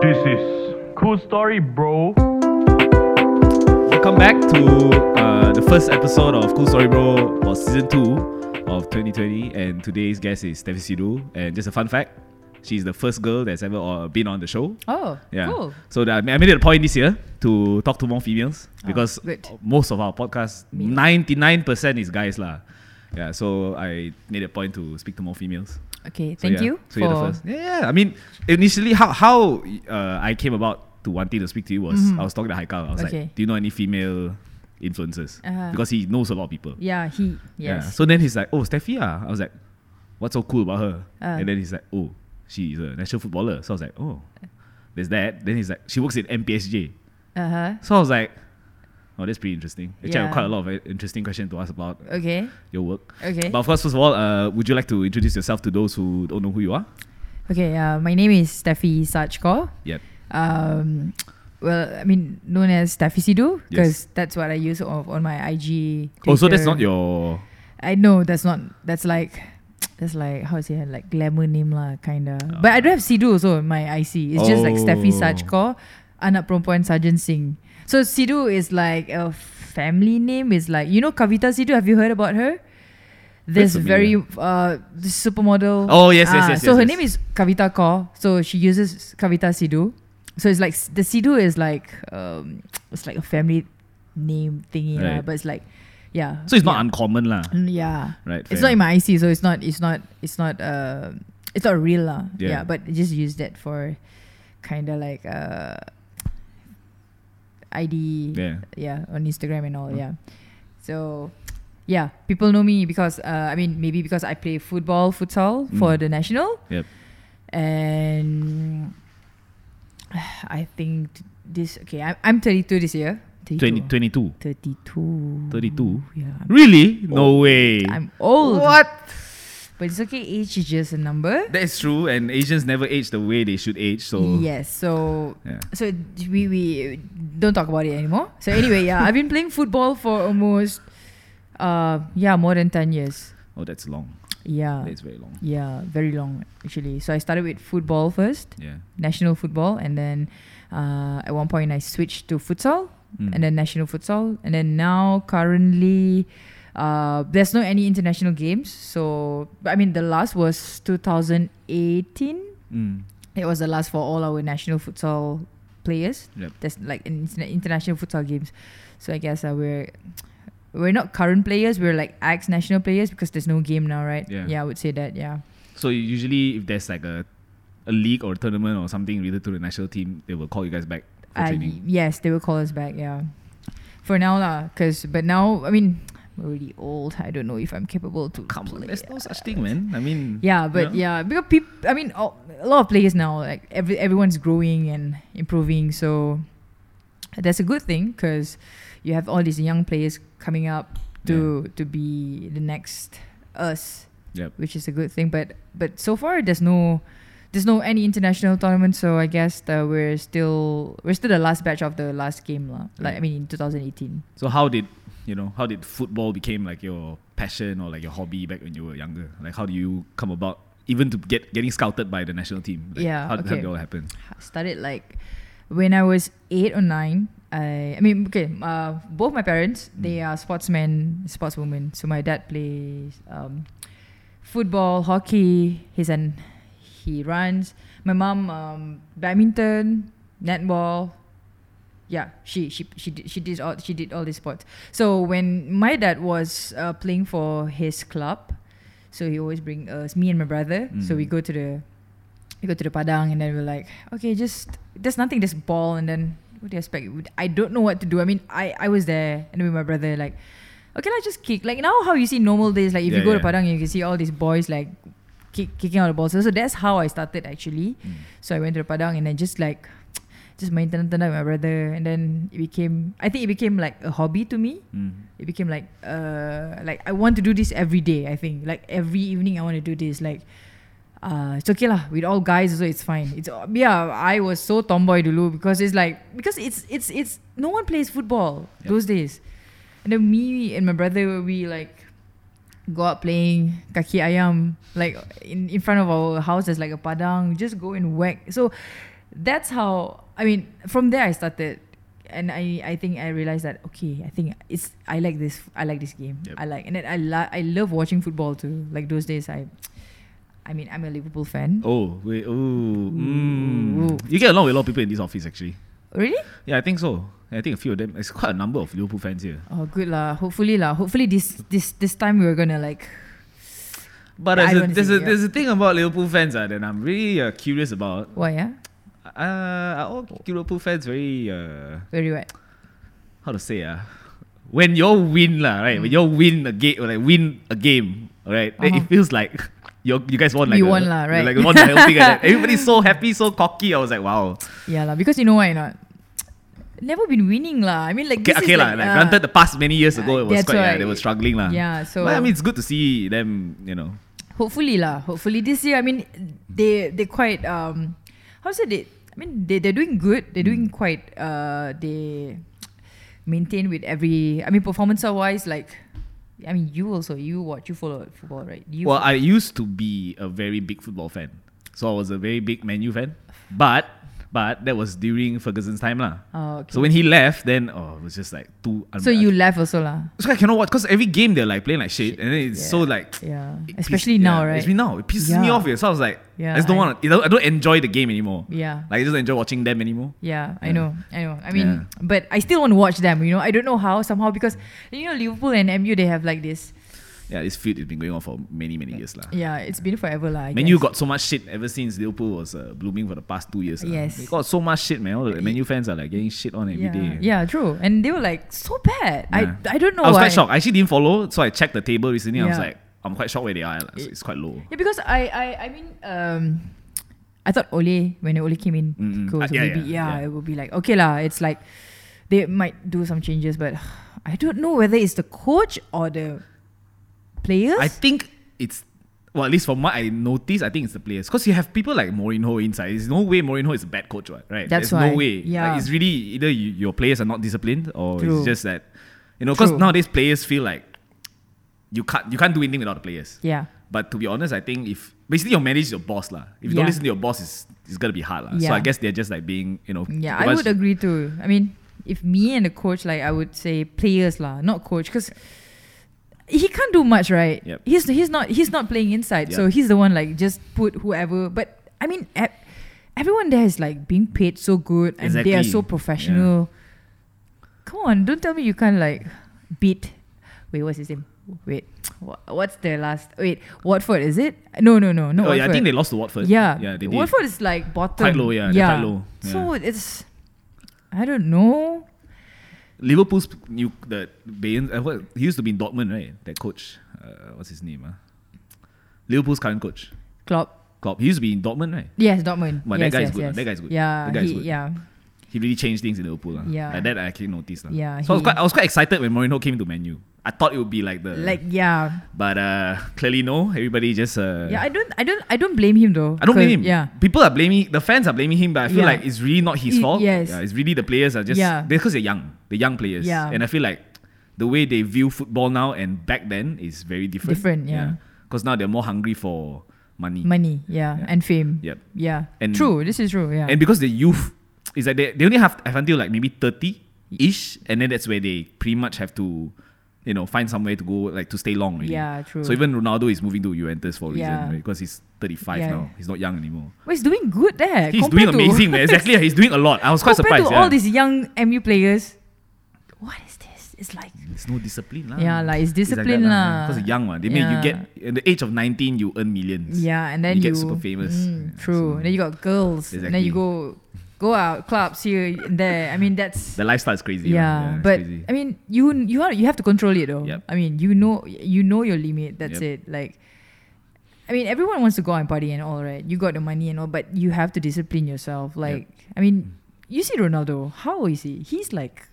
This is cool story, bro. Welcome back to uh, the first episode of Cool Story Bro for season two of 2020. And today's guest is Steffi Sidhu. And just a fun fact, she's the first girl that's ever uh, been on the show. Oh, Yeah. cool. So that I made it a point this year to talk to more females because Oh, good. most of our podcasts, 99% is guys lah. Yeah, so I made a point to speak to more females. Okay, So thank yeah, you. So you're the first. Yeah, yeah. I mean, initially, how how uh, I came about to wanting to speak to you was I was talking to Haikal. I was Mm-hmm. Okay. like, "Do you know any female influencers?" Uh-huh. Because he knows a lot of people. Yeah, he. Yes. So then he's like, "Oh, Steffi ah." I was like, "What's so cool about her?" Uh. And then he's like, "Oh, she's a national footballer." So I was like, "Oh, there's that." Then he's like, "She works in MPSJ." Uh huh. So I was like, "Oh, that's pretty interesting." Actually, I have Yeah. quite a lot of uh, interesting questions to ask about Okay. your work. Okay. But of course, first of all, uh, would you like to introduce yourself to those who don't know who you are? Okay. Uh, my name is Steffi Sajko. Yep. Um, well, I mean, known as Steffi Sidhu because Yes. that's what I use of, on my IG. Oh, so that's not Twitter. your. I know that's not. That's like. That's like how to say like glamour name lah, kinda. but I don't have Sidhu also in my IC. It's just like Steffi Oh. Sajko, anak perempuan Sarjan Singh. So Sidhu is like a family name. Is like you know Kavita Sidhu. Have you heard about her? This That's very familiar. uh this supermodel. Oh, yes, yes, Ah, yes, So yes, her yes. name is Kavita Kaur. So she uses Kavita Sidhu. So it's like s- the Sidhu is like um it's like a family name thingy lah, Right. but it's like yeah. So it's not yeah. uncommon, lah. Mm, Yeah. Right. It's fair. not in my IC, so it's not it's not it's not uh it's not real lah. Yeah. Yeah. but I just use that for kinda like uh ID Yeah. yeah, on Instagram and all, yeah. So yeah, people know me because uh, I mean maybe because I play football, futsal for Mm. the national. Yep. And I think t- this okay, I'm I'm thirty two this year. 20, 32. 22. 32. 32? Yeah. I'm Really? No way. Oh. I'm old. What? But it's okay, age is just a number. That is true, and Asians never age the way they should age. So Yes, so Yeah. so we we don't talk about it anymore. So anyway, yeah, I've been playing football for almost uh yeah, more than 10 years. Oh, that's long. Yeah. That's very long. Yeah, very long actually. So I started with football first, Yeah. national football, and then uh, at one point I switched to futsal, Mm. and then national futsal, and then now currently uh, there's no any international games. So but I mean the last was 2018. Mm. It was the last for all our national futsal players. Yep. There's like in interna- international futsal games. So I guess uh, we're we're not current players. We're like ex national players because there's no game now, right? Yeah. yeah, I would say that. Yeah. So usually, if there's like a a league or a tournament or something related to the national team, they will call you guys back for Uh, training. yes, they will call us back. Yeah, for now lah. Cause but now I mean I'm already old. I don't know if I'm capable to Come on, play. there's no such thing, man. I mean. yeah, you but know? yeah, because people. I mean, all, a lot of players now. Like every everyone's growing and improving. So that's a good thing because you have all these young players coming up to to be the next us. Yep. Which is a good thing, but but so far there's no there's no any international tournament, so I guess that we're still we're still the last batch of the last game lah. Like I Right. mean in 2018. So how did you know how did football became like your passion or like your hobby back when you were younger? Like how do you come about even to get getting scouted by the national team? Like, Yeah, How did that okay. all happen? started like when I was eight or nine. I I mean okay, uh, both my parents they are sportsmen, sportswomen. So my dad plays um, football, hockey. He's an he runs. My mom um, badminton, netball. Yeah, she she she did, she did all she did all these sports. So when my dad was uh, playing for his club, so he always bring us me and my brother. So Mm. we go to the we go to the padang and then we're like, okay, just there's nothing, there's ball, and then what do you expect? I don't know what to do. I mean, I I was there, and with my brother, like, okay, let's just kick. Like now, how you see normal days, like if you Yeah, go to yeah. padang, you can see all these boys like kick, kicking out the balls. So, so that's how I started actually. Mm. So I went to the padang and then just like. Just main tanah-tanah with my brother, and then it became. I think it became like a hobby to me Mm. it became like uh like I want to do this every day I think like every evening I want to do this like uh it's okay lah with all guys so it's fine it's yeah I was so tomboy dulu because it's like because it's it's it's no one plays football Yep. those days and then me and my brother we like go out playing kaki ayam like in in front of our house there's like a padang just go and whack so that's how I mean from there I started and I, I think I realized that okay I think it's I like this I like this game Yep. I like and then I lo- I love watching football too like those days I I mean I'm a Liverpool fan Oh, wait, ooh, mm. Ooh. You get along with a lot of people in this office, actually. really Yeah, I think so. I think a few of them. It's quite a number of Liverpool fans here. oh good lah hopefully lah hopefully this this this time we're gonna like But there's, a, Yeah, I don't there's, see a, it. there's a thing about Liverpool fans uh, that I'm really uh, curious about. why yeah Uh, are all Liverpool fans very, uh, very right how to say, uh, when you all win, lah, right? When you all win a game, like win a game, right? then It Mm. Uh-huh. feels like you you guys won like You a, won lah, right? Like won the whole thing. like that. Everybody's so happy, so cocky. I was like, wow. yeah lah because you know why not never been winning lah I mean like Okay, this okay is lah. like, Like, uh, granted, the past many years ago, it was that's quite yeah, why. they were struggling lah. Yeah, so- but, I mean, it's good to see them. You know, Hopefully lah. Hopefully this year. I mean, they they quite um, how to say they. I mean, they they're doing good. They're doing Mm. quite uh, they maintain with every. I mean, performance wise, like, I mean, you also you watch you follow football right? You well, I used to be a very big football fan, so I was a very big Manu fan. But but that was during Ferguson's time lah. Oh, okay. So when he left, then oh, it was just like too. so you laugh also lah. So I cannot watch because every game they're like playing like shit, and then it's so Yeah. like. Yeah, it piss- especially now, yeah, right? Especially now, it pisses me Yeah. off. Here. So I was like, Yeah, I just don't I- want. to. I don't enjoy the game anymore. Yeah. like I just don't enjoy watching them anymore. Yeah, I Yeah. know, I know. I mean, Yeah. but I still want to watch them. You know, I don't know how somehow because you know Liverpool and MU they have like this. Yeah, this feud has been going on for many many years lah. Yeah, it's been forever lah. I Man, you guess. got so much shit ever since Liverpool was uh, blooming for the past two years. lah. Yes. They got so much shit, man. All the Man U fans are like getting shit on every yeah, day. yeah, true. And they were like so bad. Yeah. I I don't know I was why. quite shocked. I actually didn't follow, so I checked the table recently. I was Yeah. like, I'm quite shocked where they are. Like, it's- it's quite low. Yeah, because I I I mean um I thought Ole when Ole came in Mm, mm. Ah, goes, yeah, maybe, yeah, yeah, yeah. it would be like okay lah it's like they might do some changes but I don't know whether it's the coach or the players I think it's well, at least from what I noticed, I think it's the players because you have people like Mourinho inside. There's no way Mourinho is a bad coach, right? Right? That's There's no why. way. Yeah. like, it's really either you, your players are not disciplined or True. it's just that you know because True. nowadays players feel like you can't you can't do anything without the players. yeah But to be honest, I think if basically your manager is your boss lah. If you don't Yeah. listen to your boss, it's it's gonna be hard lah. So Yeah. I guess they're just like being you know. yeah the I ones- would agree too I mean if me and the coach like I would say players lah not coach because he can't do much right Yep. he's he's not he's not playing inside so Yeah. he's the one like just put whoever but I mean e- everyone there is like being paid so good and they are Exactly. so professional come on don't tell me you can't like beat wait what's his name wait wha- what's their last wait Watford is it no no no Oh, yeah, no I Watford. think they lost to Watford. Yeah. yeah, they did. Watford is like bottom. Quite low, yeah, they're quite low, So it's, I don't know. Liverpool's new the Bayern. Uh, what, he used to be in Dortmund, right? That coach. Uh, what's his name? Uh? Liverpool's current coach, Klopp. Klopp. He used to be in Dortmund, right? Yes, Dortmund. But that yes, guy is yes, good, Yes. that guy is good. Yeah, That guy is he- good. yeah, He really changed things in Liverpool, lah. Yeah. Like that I actually noticed, lah. Yeah, So I was he- quite, I was quite excited when Mourinho came to Menu. I thought it would be like the like yeah, but uh, clearly no. Everybody just uh, yeah. I don't, I don't, I don't blame him though. I don't blame him. 'Cause- Yeah, People are blaming the fans are blaming him, but I feel Yeah. like it's really not his Y- fault. yes. Yeah, it's really the players are just Yeah. they're because they're young. They're young players. Yeah. And I feel like the way they view football now and back then is very different. Different, yeah. Because now they're more hungry for money. money. Yeah, Yeah. and fame. Yep. Yeah. And- true. This is true. Yeah. And because the youth is like they, they only have, have until like maybe thirty ish, and then that's where they pretty much have to you know, find somewhere to go, like to stay long. Really. Yeah, true. So even Ronaldo is moving to Juventus for a reason, Yeah. right? because he's 35 Yeah. now. He's not young anymore. well, he's doing good there. He's compared doing to- amazing. man. Exactly, he's doing a lot. I was quite compared surprised. to yeah. all these young MU players. What is this? It's like It's no discipline lah. Yeah, lah, it's discipline lah. Because young one, they make you Yeah. get at the age of nineteen, you earn millions. Yeah, and then you you, get super famous. Mm, Yeah, true. so- then you got girls, and then you go go out clubs here and there. I mean that's The lifestyle is crazy. lah. yeah, it's but crazy. I mean you you are you have to control it though. Yep. I mean you know you know your limit. Yep. That's it. Like. I mean, everyone wants to go out and party and all, right? You got the money and all, but you have to discipline yourself. Like, I mean, you see Ronaldo. How old is he? He's like,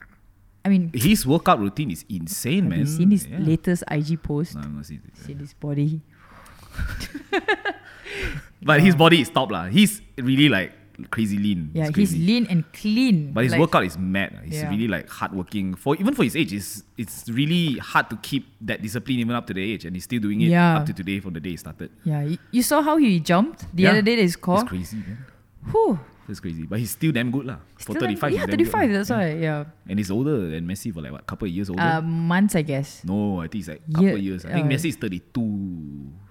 I mean, his workout routine is insane, have man. you seen his Yeah. latest IG post? No, I've not seen it. See this body? But his body is top lah. He's really like crazy lean. Yeah, It's he's crazy. lean and clean. But his like- workout is mad. lah. He's Yeah. really like hardworking. For even for his age, it's it's really hard to keep that discipline even up to the age, and he's still doing it Yeah. up to today from the day he started. Yeah, y- you saw how he jumped the Yeah. other day. They It's score. crazy. Man. Whew. That's crazy. But he's still damn good lah. For Still damn- 35, he's Yeah, damn thirty good five. lah. That's why. Yeah, And he's older than Messi for like what, couple of years older? uh, months I guess. no, I think he's like Year- couple years. I think uh, Messi is 32.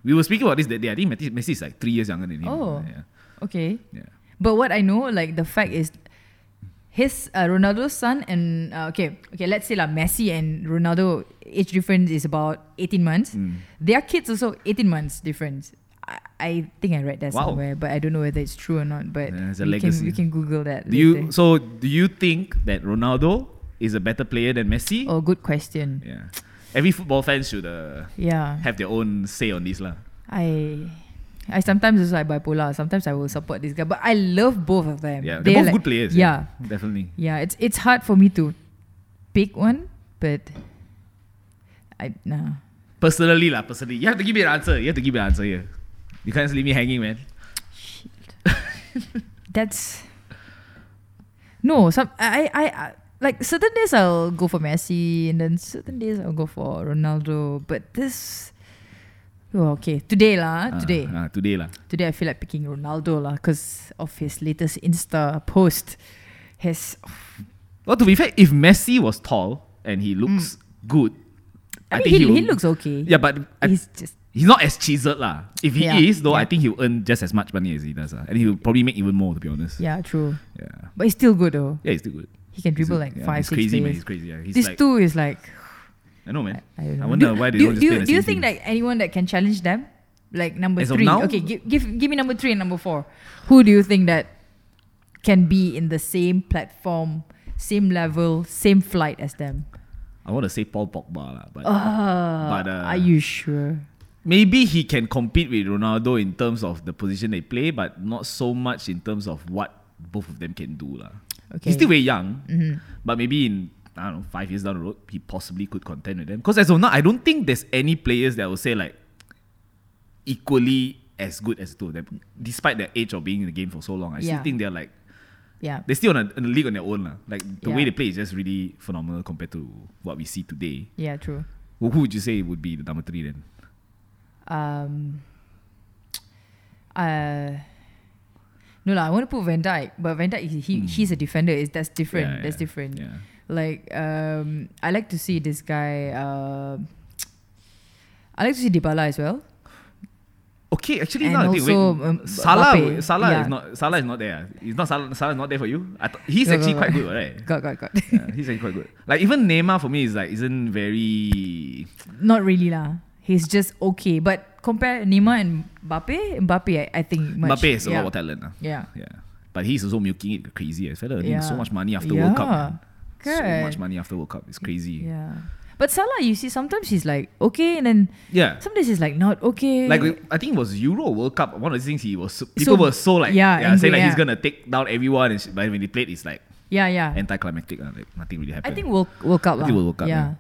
We were speaking about this that day. I think Messi, Messi is like three years younger than him. Oh. Yeah. Okay, yeah. but what I know, like the fact is, his uh, Ronaldo's son and uh, okay, okay, let's say like Messi and Ronaldo age difference is about eighteen months. Mm. Their kids also eighteen months difference. I, I think I read that Wow. somewhere, but I don't know whether it's true or not. But Yeah, it's a we legacy. can we can Google that. Do you later. so do you think that Ronaldo is a better player than Messi? Oh, good question. Yeah. Every football fan should uh, Yeah. have their own say on this lah. I I sometimes also I bipolar. Sometimes I will support this guy, but I love both of them. Yeah. They're, both They're like- good players. Yeah, Definitely. yeah. It's it's hard for me to pick one, but I nah. Personally lah, personally. You have to give me an answer. You have to give me an answer here. You can't just leave me hanging, man. That's no. Some I I. I like certain days I'll go for Messi and then certain days I'll go for Ronaldo. But this, oh, okay, today lah, Ah, today, ah, today lah. Today I feel like picking Ronaldo lah because of his latest Insta post. His Well, to be fair, if Messi was tall and he looks good, I, I, mean think he, will- he looks okay. Yeah, but I, he's, he's just not as chiseled lah. If he Yeah, is, though, I yeah. think he'll earn just as much money as he does. lah. And he'll probably make even more, to be honest. yeah true, Yeah. but he's still good though. Yeah, he's still good. He can He's dribble a- like yeah, five he's six crazy, man. days. He's crazy. Yeah. He's These like, two is like I know, man. I don't know. wonder do, why they do, don't just do, play you- the do you same think team. like anyone that can challenge them? Like number As of three. now? Okay, give, give give me number three and number four. Who do you think that can be in the same platform, same level, same flight as them? I want to say Paul Pogba lah, but Uh, But, uh, are you sure? maybe he can compete with Ronaldo in terms of the position they play, but not so much in terms of what both of them can do lah. Okay. Mm-hmm. He's still very young, but maybe in I don't know five years down the road, he possibly could contend with them. Because as of now, I don't think there's any players that will say like equally as good as the two of them, despite their age of being in the game for so long. I still Yeah. think they're like Yeah. they're still on a, on a league on their own lah. Like the way Yeah. they play is just really phenomenal compared to what we see today. Yeah, true. Who who would you say would be the number three then? um uh no lah, I want to put Van Dyke, but Van Dyke he, he he's a defender. Is that's different? Hmm. Yeah, that's yeah, different. Yeah. Like um, I like to see this guy. Um, I like to see Dybala as well. Okay, actually, And now I think, wait, also, um, Salah, Mbappe, w- Salah yeah. is not Salah is not there. ah. He's not Salah, Salah is not there for you. I thought he's No, actually no, quite no. good, right? God, God, God. Yeah, he's actually quite good. Like even Neymar for me is like isn't very. Not really lah. He's just okay. But compare Neymar and Mbappe, Mbappe, I, I think much. Mbappe has a yeah. lot of talent, lah. Yeah. yeah. But he's also milking it crazy. As fella earning Yeah. so much money after yeah. World Cup. man. So Good. much money after World Cup. It's crazy. Yeah. Yeah. But Salah, you see, sometimes he's like okay, and then Some days it's like not okay. Like I think it was Euro World Cup. One of the things he was so, people were so like yeah, saying angry, like he's yeah. gonna take down everyone, and shit, but when he played, it's like yeah, yeah. anticlimactic. lah, Like nothing really I happened. think we'll World Cup. I think lah. World World Cup, Yeah.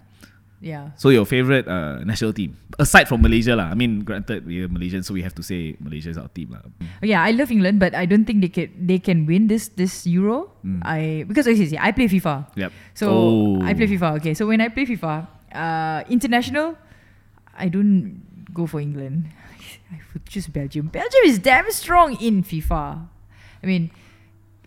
yeah. So your favorite uh, national team aside from Malaysia lah. I mean, granted we are Malaysian, so we have to say Malaysia is our team lah. Mm. Oh, Yeah, I love England, but I don't think they can they can win this this Euro. Hmm. I because okay, see, I play FIFA. Yep. So Oh. I play FIFA. Okay, so when I play FIFA, uh, international, I don't go for England. I would choose Belgium. Belgium is damn strong in FIFA. I mean,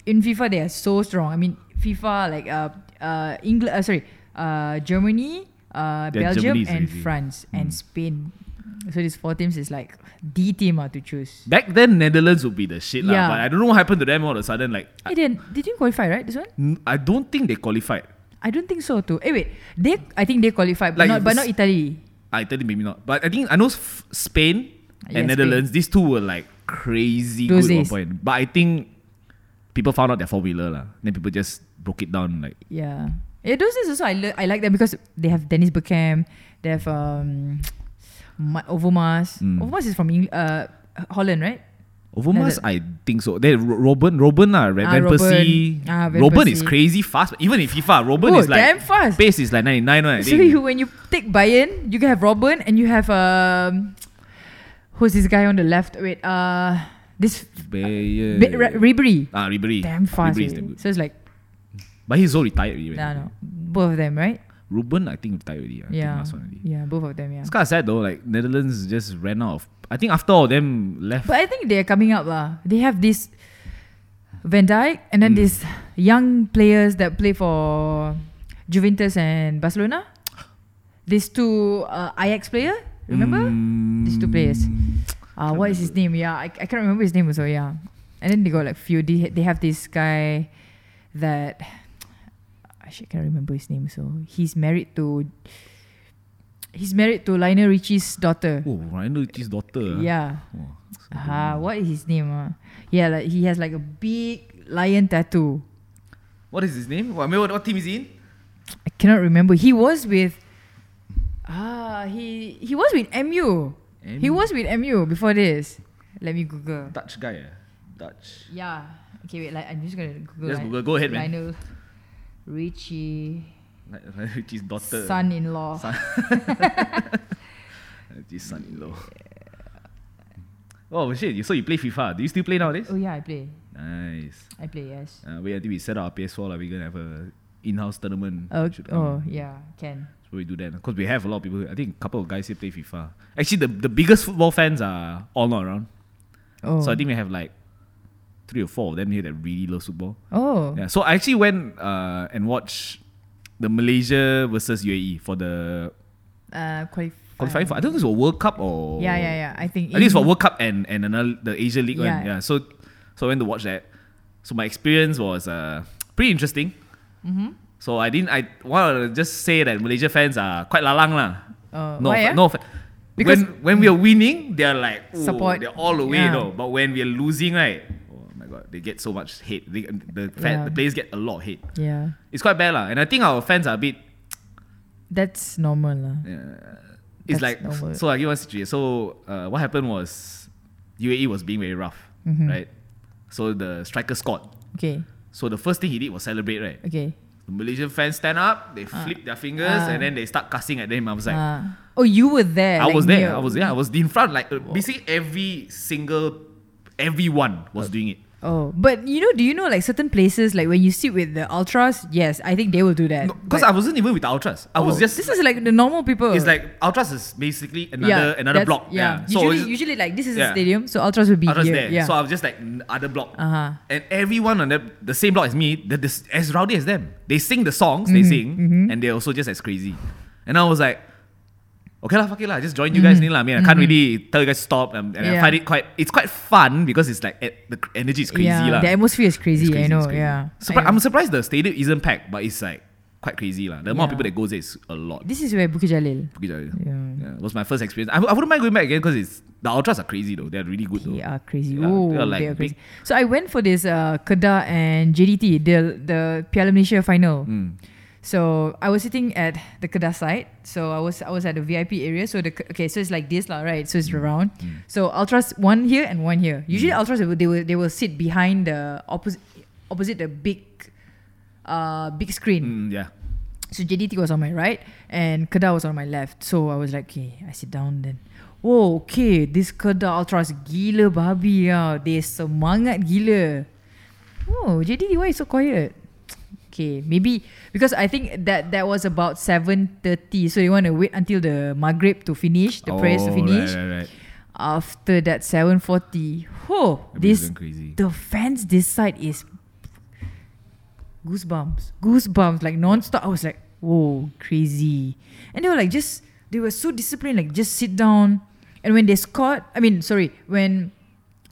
in FIFA they are so strong. I mean, FIFA like uh, uh England. Uh, sorry, uh, Germany, uh, Yeah, Belgium, Germany is and easy. Hmm. France and Spain. So these four teams is like the team are to choose. Back then Netherlands would be the shit lah. Yeah. But I don't know what happened to them all of a sudden. Like I, Hey, then they didn't qualify, right? This one? n- I don't think they qualified. I don't think so too. Eh wait, they I think they qualified, but Like, not but it's- not Italy. I Italy maybe not. But I think I know S- Spain and Yeah, Spain. Netherlands. These two were like crazy Those good at one days. point. But I think people found out their formula lah. Then people just broke it down like Yeah. Yeah, those days also I, le- I like them because they have Dennis Bergkamp, they have um Ma- Overmars. Mm. Overmars is from Eng- uh Holland, right? Overmars, I think so. Then Ro- Robin, Robin lah, Van Ah, Persie. Robben. Ah, Van Robin is Persie. crazy fast. Even in FIFA, Robin Oh, is like damn fast. Pace is like ninety nine. Right? I So think. you, when you take Bayern, you have Robin and you have um who's this guy on the left? Wait, uh this Bayern. Be- Ra- Ribery. ah, Uh, Ribery. Damn fast. Ribery is eh. damn good. So it's like But he's so retired already. no, no, both of them, right? Robin, I think retired already. I think yeah, last one already. yeah, both of them, yeah. It's kind of sad though. Like Netherlands just ran out of. I think after all them left. ah. But I think they are coming up lah. They have this Van Dijk, and then these young players that play for Juventus and Barcelona. These two uh, Ajax player, remember? Hmm. mm, These two players. Uh, what is his name? Yeah, I, I can't remember his name also. Yeah, and then they got like few. They, they have this guy that actually I can't remember his name. So he's married to he's married to Lionel Richie's daughter. Oh, Ryan Ritchie's daughter. ah. Yeah. Oh, so Ah, what is his name? Ah, yeah, like he has like a big lion tattoo. What is his name? What, I mean, what, what team is he in? I cannot remember. He was with ah he he was with MU. He MU. was with MU before this. Let me Google. Dutch guy. ah. Dutch. Yeah. Okay, wait. Like I'm just gonna Google. Just Lin- Google. Go ahead, man. Lionel Richie Like, Ryan Ritchie's daughter. son-in-law. Son. His son-in-law. Oh shit! So you play FIFA? Do you still play nowadays? Oh yeah, I play. Nice. I play. Yes. Uh, wait until we set up our PS4 like, We're gonna have a in-house tournament. Oh, Should come. oh yeah, can. So we do that because we have a lot of people. who- I think a couple of guys here play FIFA. Actually, the, the biggest football fans are all not around. Oh. So I think we have like three or four of them here that really love football. oh. Yeah. So I actually went uh, and watched the Malaysia versus UAE for the Uh, qualifying. qualifying for. I don't think it was World Cup or Yeah, yeah, yeah. I think. E At least for in- World Cup and and another the Asia League one. Yeah. Yeah. So so I went to watch that. So my experience was uh, pretty interesting. Mm-hmm. So I didn't. I want to just say that Malaysia fans are quite lalang lah. Oh, no, why, offe- ah? no. offe- Because- when when we are winning, they're like "Ooh, Support. They're all the way, Yeah. though. But when we are losing, right? Oh my god, they get so much hate. They, the fan, Yeah. the players get a lot of hate. Yeah. It's quite bad lah. And I think our fans are a bit That's normal lah. It's That's like normal. so. I give one situation. So uh, what happened was UAE was being very rough, Mm-hmm. right? So the striker scored. Okay. So the first thing he did was celebrate, right? Okay. The Malaysian fans stand up, they flip their fingers, Ah. and then they start cussing at them. I was like, Ah. oh, you were there. I like was there. near- I was there. I was in front. Like uh, basically every single, everyone was doing it. Oh, but you know, do you know like certain places like when you sit with the ultras? Yes, I think they will do that. Because But- I wasn't even with the ultras. I was Oh, just. This is like the normal people. it's like ultras is basically another another that's- block. Yeah. So Usually, it's- usually like this is a yeah. stadium, so ultras will be I was here. there. Yeah. So I was just like n- other block. Uh-huh. And everyone on the, the same block as me, they're this, as rowdy as them. They sing the songs, Mm-hmm, they sing, and they're also just as crazy. And I was like, okay lah, fuck it lah, just join you guys in lah. I mean, I can't really tell you guys to stop. um, and I Mm-hmm, Yeah. find it quite, it's quite fun because it's like, eh, the cr- energy is crazy yeah, lah. The atmosphere is It's crazy. I crazy, know. it's crazy. Yeah. Surpri- I I'm know. surprised the stadium isn't packed, but it's like quite crazy lah. The amount of Yeah. people that goes there is a lot. This is where Bukit Jalil. Bukit Jalil. Yeah. Yeah, it was my first experience. I, w- I wouldn't mind going back again because it's the ultras are crazy though. They're really good though. They are crazy. Yeah, oh, they are they are, like crazy. So I went for this uh, Kedah and JDT, the the Piala Malaysia final. Hmm. So I was sitting at the Kedah side. So I was I was at the VIP area. So the K- okay, so it's like this lah, right? So it's Hmm. round. So ultras one here and one here. Usually ultras they will, they will they will sit behind the opposite opposite the big uh big screen. Mm, yeah. So JDT was on my right and Kedah was on my left. So I was like, okay, I sit down then. Whoa, okay, this Kedah Ultras gila babi ah. They semangat gila. Oh, JDT, why you so quiet? Okay, maybe because I think that that was about 7.30. So you want to wait until the Maghrib to finish, the prayers to Oh, finish. Right, right, right. After that 7.40, oh, Everybody's this going crazy. the fans this side is goosebumps, goosebumps, like non-stop. I was like, whoa, crazy. And they were like, just they were so disciplined, like just sit down. And when they scored, I mean, sorry, when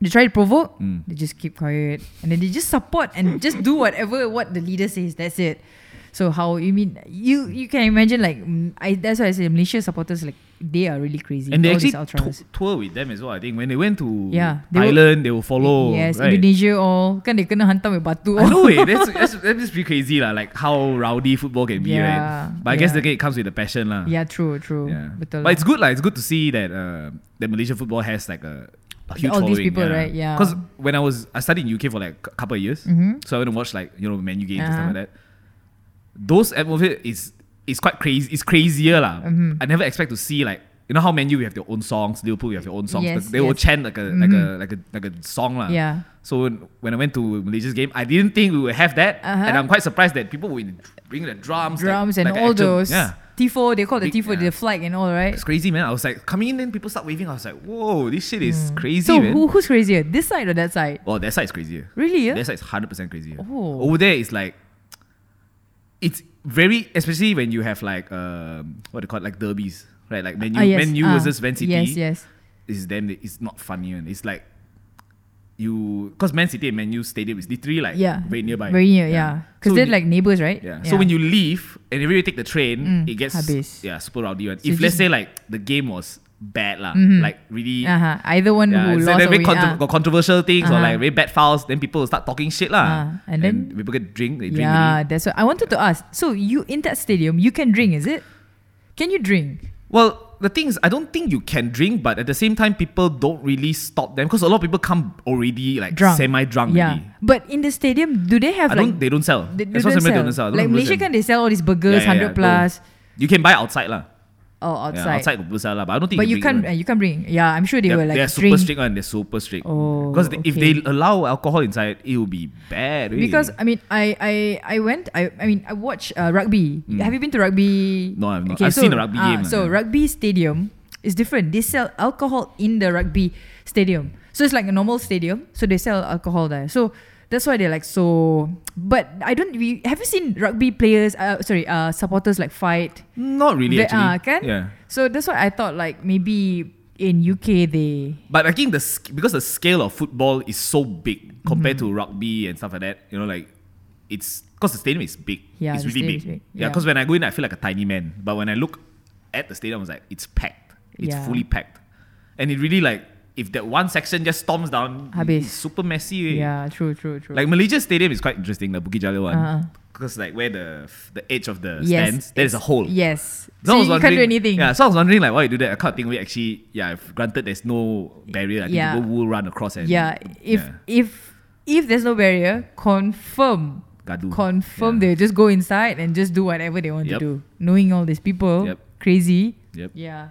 they try to provoke, Hmm. they just keep quiet, and then they just support and just do whatever what the leader says. That's it. So how you mean you you can imagine like mm, I that's why I say Malaysia supporters like they are really crazy. And they All these actually ultras. tou- tour with them as well. I think when they went to Yeah, they will- Thailand, they will follow. yes, right? Indonesia all kan dia kena hantam with batu. I know it. That's, that's, that's pretty crazy lah. Like how rowdy football can be, Yeah, right? But I guess yeah. again, it comes with the passion lah. Yeah, true, true. Yeah. Betul. But lah. it's good lah. It's good to see that uh, that Malaysian football has like a, a huge All following, these people, right? Yeah. Mm-hmm. Because when I was I studied in UK for like a couple of years, so I went and watched like you know menu games and stuff Uh-huh. like that. Mm-hmm. Those atmosphere is is quite crazy. It's crazier lah. I never expect to see like you know how many you have your own songs, Liverpool you have your own songs. Yes, they will yes. Mm-hmm. chant like a like a like a like a song lah. Yeah. So when, when I went to Malaysia's game, I didn't think we would have that, Uh-huh. and I'm quite surprised that people would bring the drums, like- drums and like the all actual- those. Yeah. T4, they call the Big- T4 yeah. the flag and all, right? It's crazy, man. I was like coming in, then people start waving. I was like, whoa, this shit is crazy, Mm. So man. who, who's crazier, this side or that side? Oh, that side is crazier. Really, yeah? That side is hundred percent crazier. Oh. Over there is like, it's very especially when you have like um what they call it, like derbies, right? Like Man U, Ah, yes, Man U ah, versus Man City. Yes, yes. It's damn. It's not funny, and it's like you because Man City and Man U stadium is literally like Yeah. very nearby. Very near, yeah. Because So they're you- like neighbors, right? yeah. So when you leave and every you take the train, Mm, it gets habis. yeah super rowdy. one. So if you let's just- say like the game was bad lah, like really uh-huh. either one yeah, who it's lost like or very win, contro- ah. got controversial things or like Uh-huh. very bad fouls, then people will start talking shit lah. Ah, and then- people get drink, they drink. yeah, Yeah. that's what I wanted to ask. So you in that stadium, you can drink, is it? Can you drink? Well, the thing is, I don't think you can drink, but at the same time, people don't really stop them because a lot of people come already like Drunk. semi-drunk. yeah. already. But in the stadium, do they have I like don't. They don't sell. they, they As far as I remember, don't sell. they don't sell. I don't Like remember Malaysia them. can they sell all these Yeah, burgers, yeah, yeah, hundred don't. plus You can buy outside lah. or Yeah, outside. outside will sell lah, but I don't think. But you bring can't your uh, own. you can't bring. Yeah, I'm sure they They're, were like they're super drink. strict one. They're super strict. Oh, because they- if okay. they allow alcohol inside, it will be bad. really. Because I mean, I I I went. I I mean, I watch uh, rugby. Have you been to rugby? Hmm. No, I've not. I've seen a rugby ah, game, So yeah. rugby stadium is different. They sell alcohol in the rugby stadium. So it's like a normal stadium. So they sell alcohol there. So that's why they're like so. But I don't. We have you seen rugby players? Uh, sorry, uh, supporters like fight. not really They- actually. ah, kan? Yeah. So that's why I thought like maybe in UK they But I think the sc- because the scale of football is so big compared Mm-hmm. to rugby and stuff like that, you know, like it's because the stadium is big. Yeah, it's the really big. stadium is big. Yeah, Yeah. because when I go in, I feel like a tiny man. But when I look at the stadium, I was like, it's packed. It's Yeah. fully packed, and it really like if that one section just storms down, Habis. it's super messy. eh. yeah true true true Like Malaysia Stadium is quite interesting, the Bukit Jalil one, Uh-uh. because like where the f- the edge of the Yes, stands, there's a it's- hole. yes So I so was you can't do wondering- anything Yeah, so I was wondering like why you do that. I can't think we actually yeah. If granted, there's no barrier. I think Yeah. people will run across and yeah if yeah, if if there's no barrier confirm gaduh. confirm Yeah. they just go inside and just do whatever they want Yep. to do knowing all these people Yep. crazy Yep. yeah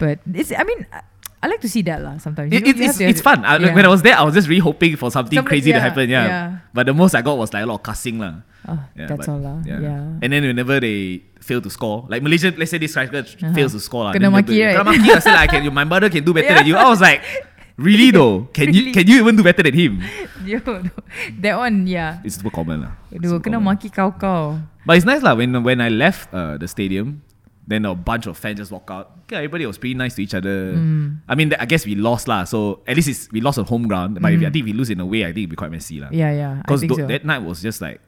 but it's i mean i, I like to see that lah sometimes It, it, it's it's fun. I, like, When I was there, I was just really hoping for something Something- crazy to yeah, happen. Yeah. yeah. But the most I got was like a lot of cussing lah. oh, Yeah, that's but- all lah yeah, And then whenever they fail to score, like Malaysia, let's say this striker fails to score, lah, Uh-huh. Kena then they'll be maki, like, right? "Kena maki, I said, like, I can, my mother can do better than you. I was like, really though? Can you Really? can you even do better than him? Yo, no, that one yeah It's super common lah. Duh, Super kena common. maki kau kau But it's nice lah. When when I left uh, the stadium, then a bunch of fans just walk out. Okay, everybody was pretty nice to each other. Mm. I mean, I guess we lost lah. So at least it's, we lost on home ground. But if, I think if we lose in a way, I think it'd be quite messy lah. Mm. yeah yeah i Because think so that night was just like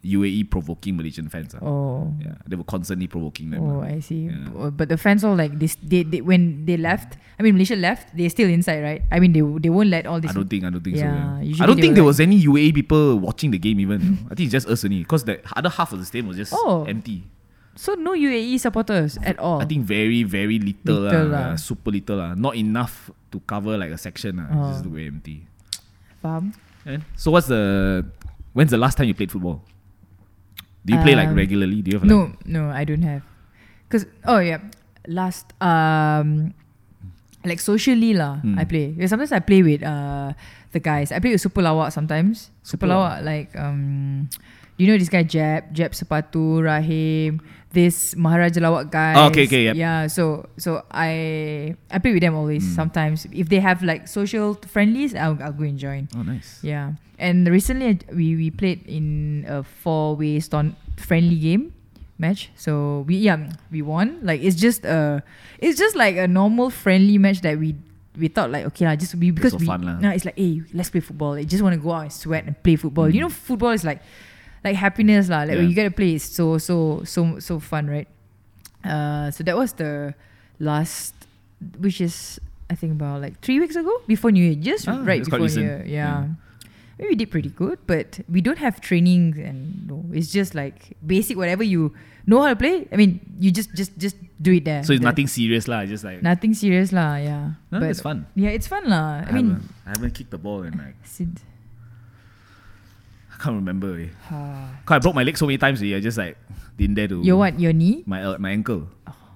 UAE provoking Malaysian fans. lah. oh Yeah, they were constantly provoking them. Oh, lah. I see. Yeah. B- But the fans all like this. They, they when they left. I mean, Malaysia left. They're still inside, right? I mean, they they won't let all this. I don't think. I don't think Yeah, so. Yeah. usually I don't they think were there was like- any UAE people watching the game. Even you know. I think it's just us only. Because the other half of the stadium was just Oh. empty. So no UAE supporters at all. I think very very little, lah. Little lah. Yeah, super little lah. Not enough to cover like a section lah. It's Oh. just very empty. Faham? And so what's the when's the last time you played football? Do you play like Um, regularly? Do you have like, No, no, I don't have. Cause oh yeah, last um, like socially lah, Hmm. I play. Yeah, Sometimes I play with uh the guys. I play with Super Lawak sometimes. Super Super, Lawak like um, you know this guy Jab Jab Sepatu Rahim. This Maharaja Lawak guys. Oh, okay, okay, yep. Yeah, so so I I play with them always. Hmm. Sometimes if they have like social friendlies, I'll, I'll go and join. Oh nice. Yeah, and recently I- we we played in a four way stone friendly game match. So we yeah we won. Like it's just a it's just like a normal friendly match that we we thought like okay lah just we because for we fun lah. nah, it's like hey let's play football. I just want to go out and sweat and play football. You know football is like like happiness lah. Like when Mm. Yeah. you get to play it's so so so so fun right. Uh, so that was the last, which is I think about like three weeks ago before New Year, just Ah, right that's quite before New recent. Year. Yeah. Maybe we did pretty good, but we don't have trainings and no, it's just like basic whatever you know how to play. I mean, you just just just do it there. So it's There- nothing serious lah. it's Just like nothing serious lah. Yeah, No, but it's fun. yeah, it's fun lah. I, mean, haven't, I haven't kicked the ball and like Sid, I can't remember. Eh. ah. 'Cause I broke my leg so many times. Eh. I just like didn't dare to. your what your knee? My el- my ankle.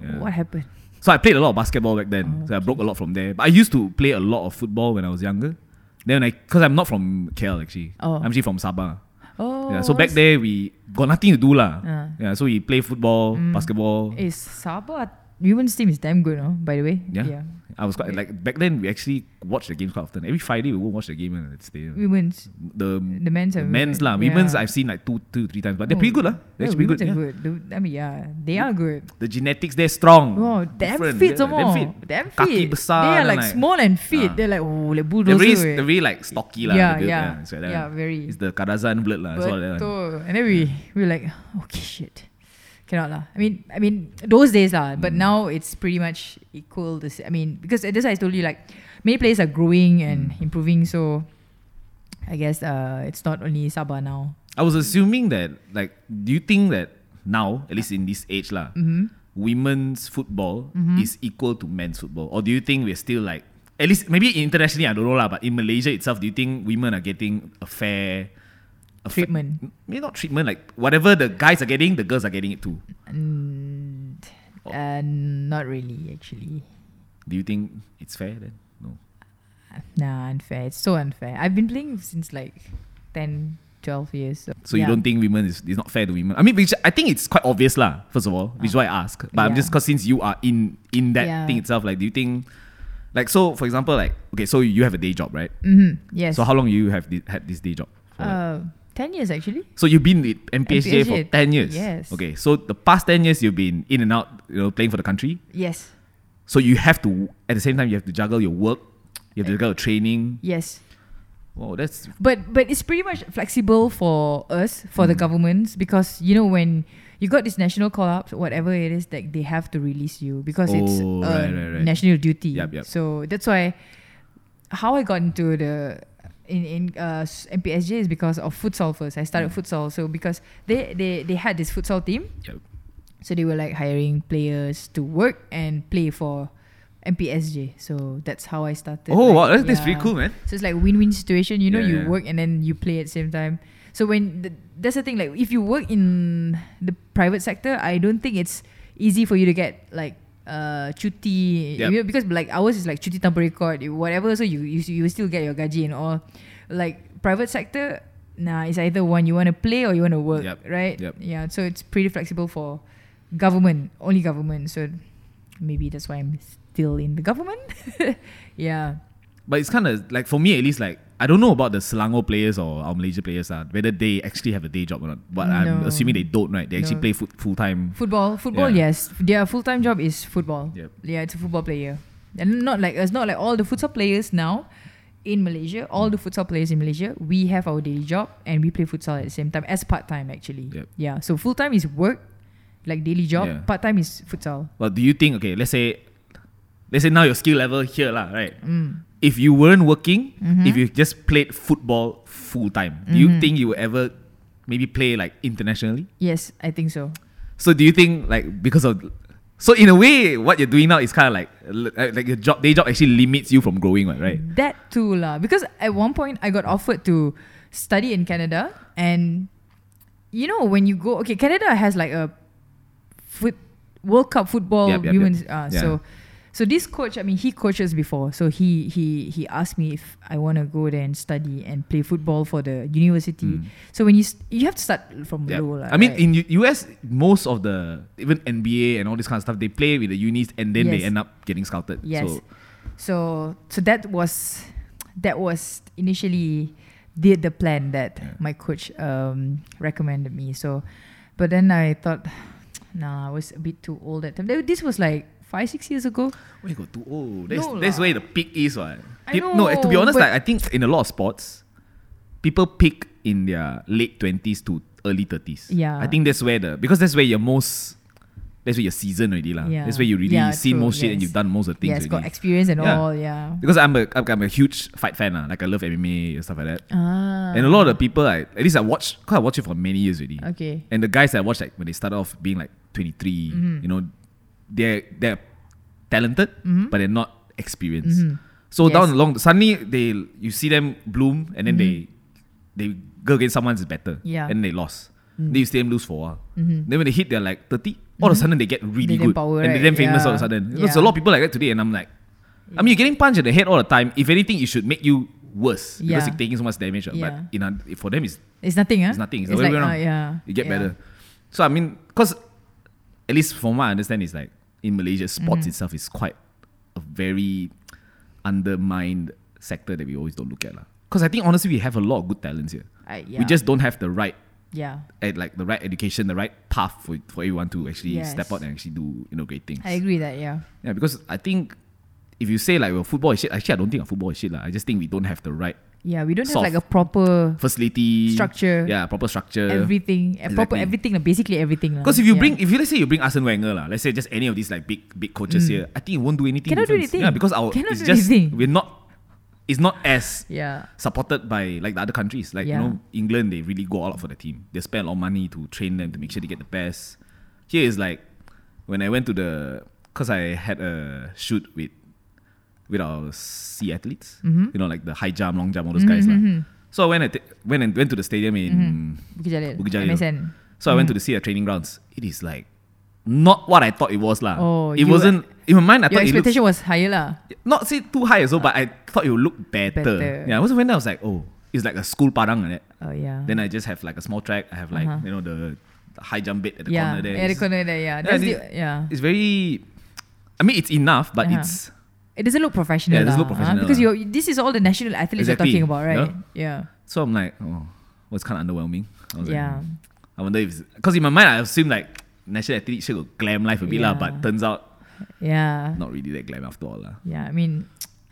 Yeah. What happened? So I played a lot of basketball back then. Oh, So I broke a lot from there. But I used to play a lot of football when I was younger. Then I, cause I'm not from KL actually. Oh. I'm actually from Sabah. Oh, yeah. So back what's- there we got nothing to do lah. Ah. Yeah. So we play football, Mm. basketball. is Sabah women's team is damn good, no? By the way, Yeah. I was quite like back then we actually watched the games quite often. Every Friday we go watch the game and it's there. women's. the The men's the and men's lah. women- Women's yeah. I've seen like two two three times, but they're Oh, pretty good lah. They're yeah, actually pretty good. women's are yeah. good. The- I mean, yeah, they are good. The genetics they're strong. Wow, Oh, damn Different, fit yeah, some more. Damn fit. Damn fit. Kaki besar. They are then like, small and fit. Ah. They're like, oh, like They're bulldozer. very, eh. they're very like stocky lah. the Yeah, build, yeah. it's like that Yeah, one. very. It's the Kadazan blood lah. It's all that one. Betul. And then we we were like, okay, shit. Cannot lah. I mean, I mean, those days lah. But Mm. now it's pretty much equal. This, I mean, because that's why I told you like, many players are growing and Mm. improving. So, I guess uh, it's not only Sabah now. I was assuming that like, do you think that now, at least in this age lah, Mm-hmm. women's football is equal to men's football, or do you think we're still like, at least maybe internationally I don't know lah, but in Malaysia itself, do you think women are getting a fair a fa- Treatment. maybe not treatment, like whatever the guys are getting, the girls are getting it too. And, Oh. uh, not really actually. Do you think it's fair then? No. Nah, unfair. It's so unfair. I've been playing since like 10, 12 years. So, So you don't think women is it's not fair to women? I mean, which I think it's quite obvious lah. First of all, which is why I ask. But I'm Ah. Yeah. just because since you are in in that Yeah. thing itself, like, do you think, like, so for example, like, okay, so you have a day job, right? Mm-hmm. Yes. So how long you have thi- had this day job? for, like- uh, ten years actually. so you've been with MPHJ, for MPHJ, ten years. yes. Okay, so the past ten years you've been in and out, you know, playing for the country. Yes. So you have to at the same time you have to juggle your work, you Eh. have to juggle your training. Yes. Wow, that's But but it's pretty much flexible for us for Mm. the governments because you know when you got this national call up whatever it is that they have to release you because it's Oh, a right, right, right. national duty. Yup, yup. So that's why how I got into the in in uh, s- MPSJ is because of futsal first. I started Mm. futsal so because they they they had this futsal team yeah. so they were like hiring players to work and play for MPSJ. So that's how I started. Oh wow, like, that's, that's pretty yeah. cool, man. So it's like win-win situation. You know, Yeah, you yeah. work and then you play at the same time. So when the, that's the thing, like if you work in the private sector, I don't think it's easy for you to get like uh chuti Yep. you know, because like ours is like chuti temporary court whatever. So you you you still get your gaji and all. Like private sector, nah, it's either one you want to play or you want to work, Yep, right? yep. Yeah. So it's pretty flexible for government only government. So maybe that's why I'm still in the government. yeah. But it's kind of like for me at least like I don't know about the Selangor players or our Malaysia players uh, whether they actually have a day job or not. But I'm No. assuming they don't, right? They actually No. play full full time. Football, football, Yeah. yes. Their full time job is football. Yep. Yeah, it's a football player. And not like it's not like all the futsal players now in Malaysia, all the futsal players in Malaysia, we have our daily job and we play futsal at the same time as part time actually. Yep. Yeah. So full time is work, like daily job. Yeah. Part time is futsal. Well, do you think okay? Let's say, let's say now your skill level here lah, right? Mm. If you weren't working, Mm-hmm. if you just played football full time, do you think you would ever maybe play like internationally? Yes, I think so. So do you think like because of so in a way what you're doing now is kind of like li- like your job day job actually limits you from growing, what, right? That too lah. Because at one point I got offered to study in Canada and you know when you go okay, Canada has like a foot World Cup football Yep, yep, women's yep. Uh, Yeah. so so this coach, I mean he coaches before. So he he he asked me if I wanna go there and study and play football for the university. So when you st- you have to start from Yeah. low lah, Mm. I mean, right? in U- US, most of the even NBA and all this kind of stuff, they play with the unis and then they Yes. end up getting scouted. Yes. So, So so that was that was initially the the plan that my coach um, recommended me. So, but then I thought, nah, I was a bit too old that time. Th- This was like five six years ago. we got too old. Oh, That's, No that's lah. where the peak is, what? I Peop- no, to be know, honest, but- like I think in a lot of sports, people peak in their late twenties to early thirties. Yeah. I think that's where the because that's where you're most. That's where you're seasoned already, lah. Yeah. That's where you really Yeah, seen true, most shit and yes. you've done most of the things. Yes, already. got experience and Yeah. all. Yeah. because I'm a I'm a huge fight fan, lah. Like I love MMA and stuff like that. Ah. And a lot of the people, I, at least I watch, cause I watch it for many years already. Okay. Mm-hmm. And the guys that I watch, like when they start off being like 23, you know, they're they're talented, but they're not experienced. So Mm-hmm. Yes. down along, suddenly they you see them bloom, and then they they go against someone who's better, Mm-hmm. Yeah. Mm. Mm-hmm. and they lost. Then you see them lose for a while. Then when they hit, they're like 30, all of a sudden they get really They damn good power, and right? they're damn famous all of a Yeah. sudden. Because Yeah. a lot of people like that today, and I'm like, I mean, you're getting punched in the head all the time. If anything, it should make you worse because Yeah. you're taking so much damage. uh, Yeah. But in a, for them, it's It's nothing, huh? it's nothing. It's, it's the like, way around. uh, yeah. You get yeah. better. So I mean, because at least from what I understand, is like in Malaysia, sports Mm-hmm. itself is quite a very undermined sector that we always don't look at. Because I think honestly, we have a lot of good talents here. I- We yeah. just don't have the right Yeah. at like the right education, the right path for, for everyone to actually step Yes. out and actually do you know great things. I agree that, yeah. Yeah, because I think if you say like well football is shit, actually I don't think our football is shit lah. I just think we don't have the right Yeah, we don't Soft. have like a proper facility Structure. Yeah, proper structure. everything, a proper Exactly. everything, lah, basically everything. lah. Because if you Yeah. bring, if you let's say you bring Arsene Wenger lah, let's say just any of these like big big coaches here, I think it won't do anything. Mm. Cannot do difference. anything. Yeah, because our Cannot it's do just anything. we're not. It's not as Yeah. supported by like the other countries. Like you Yeah. know, England they really go all out for the team. They spend a lot of money to train them to make sure they get the best. Here is like when I went to the because I had a shoot with with our sea athletes. Mm-hmm. You know, like the high jump, long jump, all those guys. lah. So I went at went and went to the stadium in Bukit Jalil. Bukit Jalil. MSN. so I went to Mm. the see the training grounds. It is like not what I thought it was lah. Oh, it you- wasn't in my mind. I Your thought it looked expectation was higher lah. not say too high so, but I thought it would look better. Better. Yeah, I was when I was like, oh, it's like a school padang like that. Oh yeah. Then I just have like a small track. I have like Uh-huh. you know the, the high jump bit at the yeah, corner there. at the It's- corner there, yeah. Yeah, That's it- the, yeah. It's very. I mean, it's enough, but Uh-huh. it's It doesn't look professional. Yeah, it doesn't lah, look huh? professional Because lah. you're, this is all the national athletes Exactly. you're talking about, right? Yeah. so I'm like, oh, well, it's kind of underwhelming. I was Yeah. Like, hmm. I wonder if because in my mind I assumed like national athletics should go glam life a bit lah, Yeah. but turns out Yeah. not really that glam after all lah. Yeah. I mean,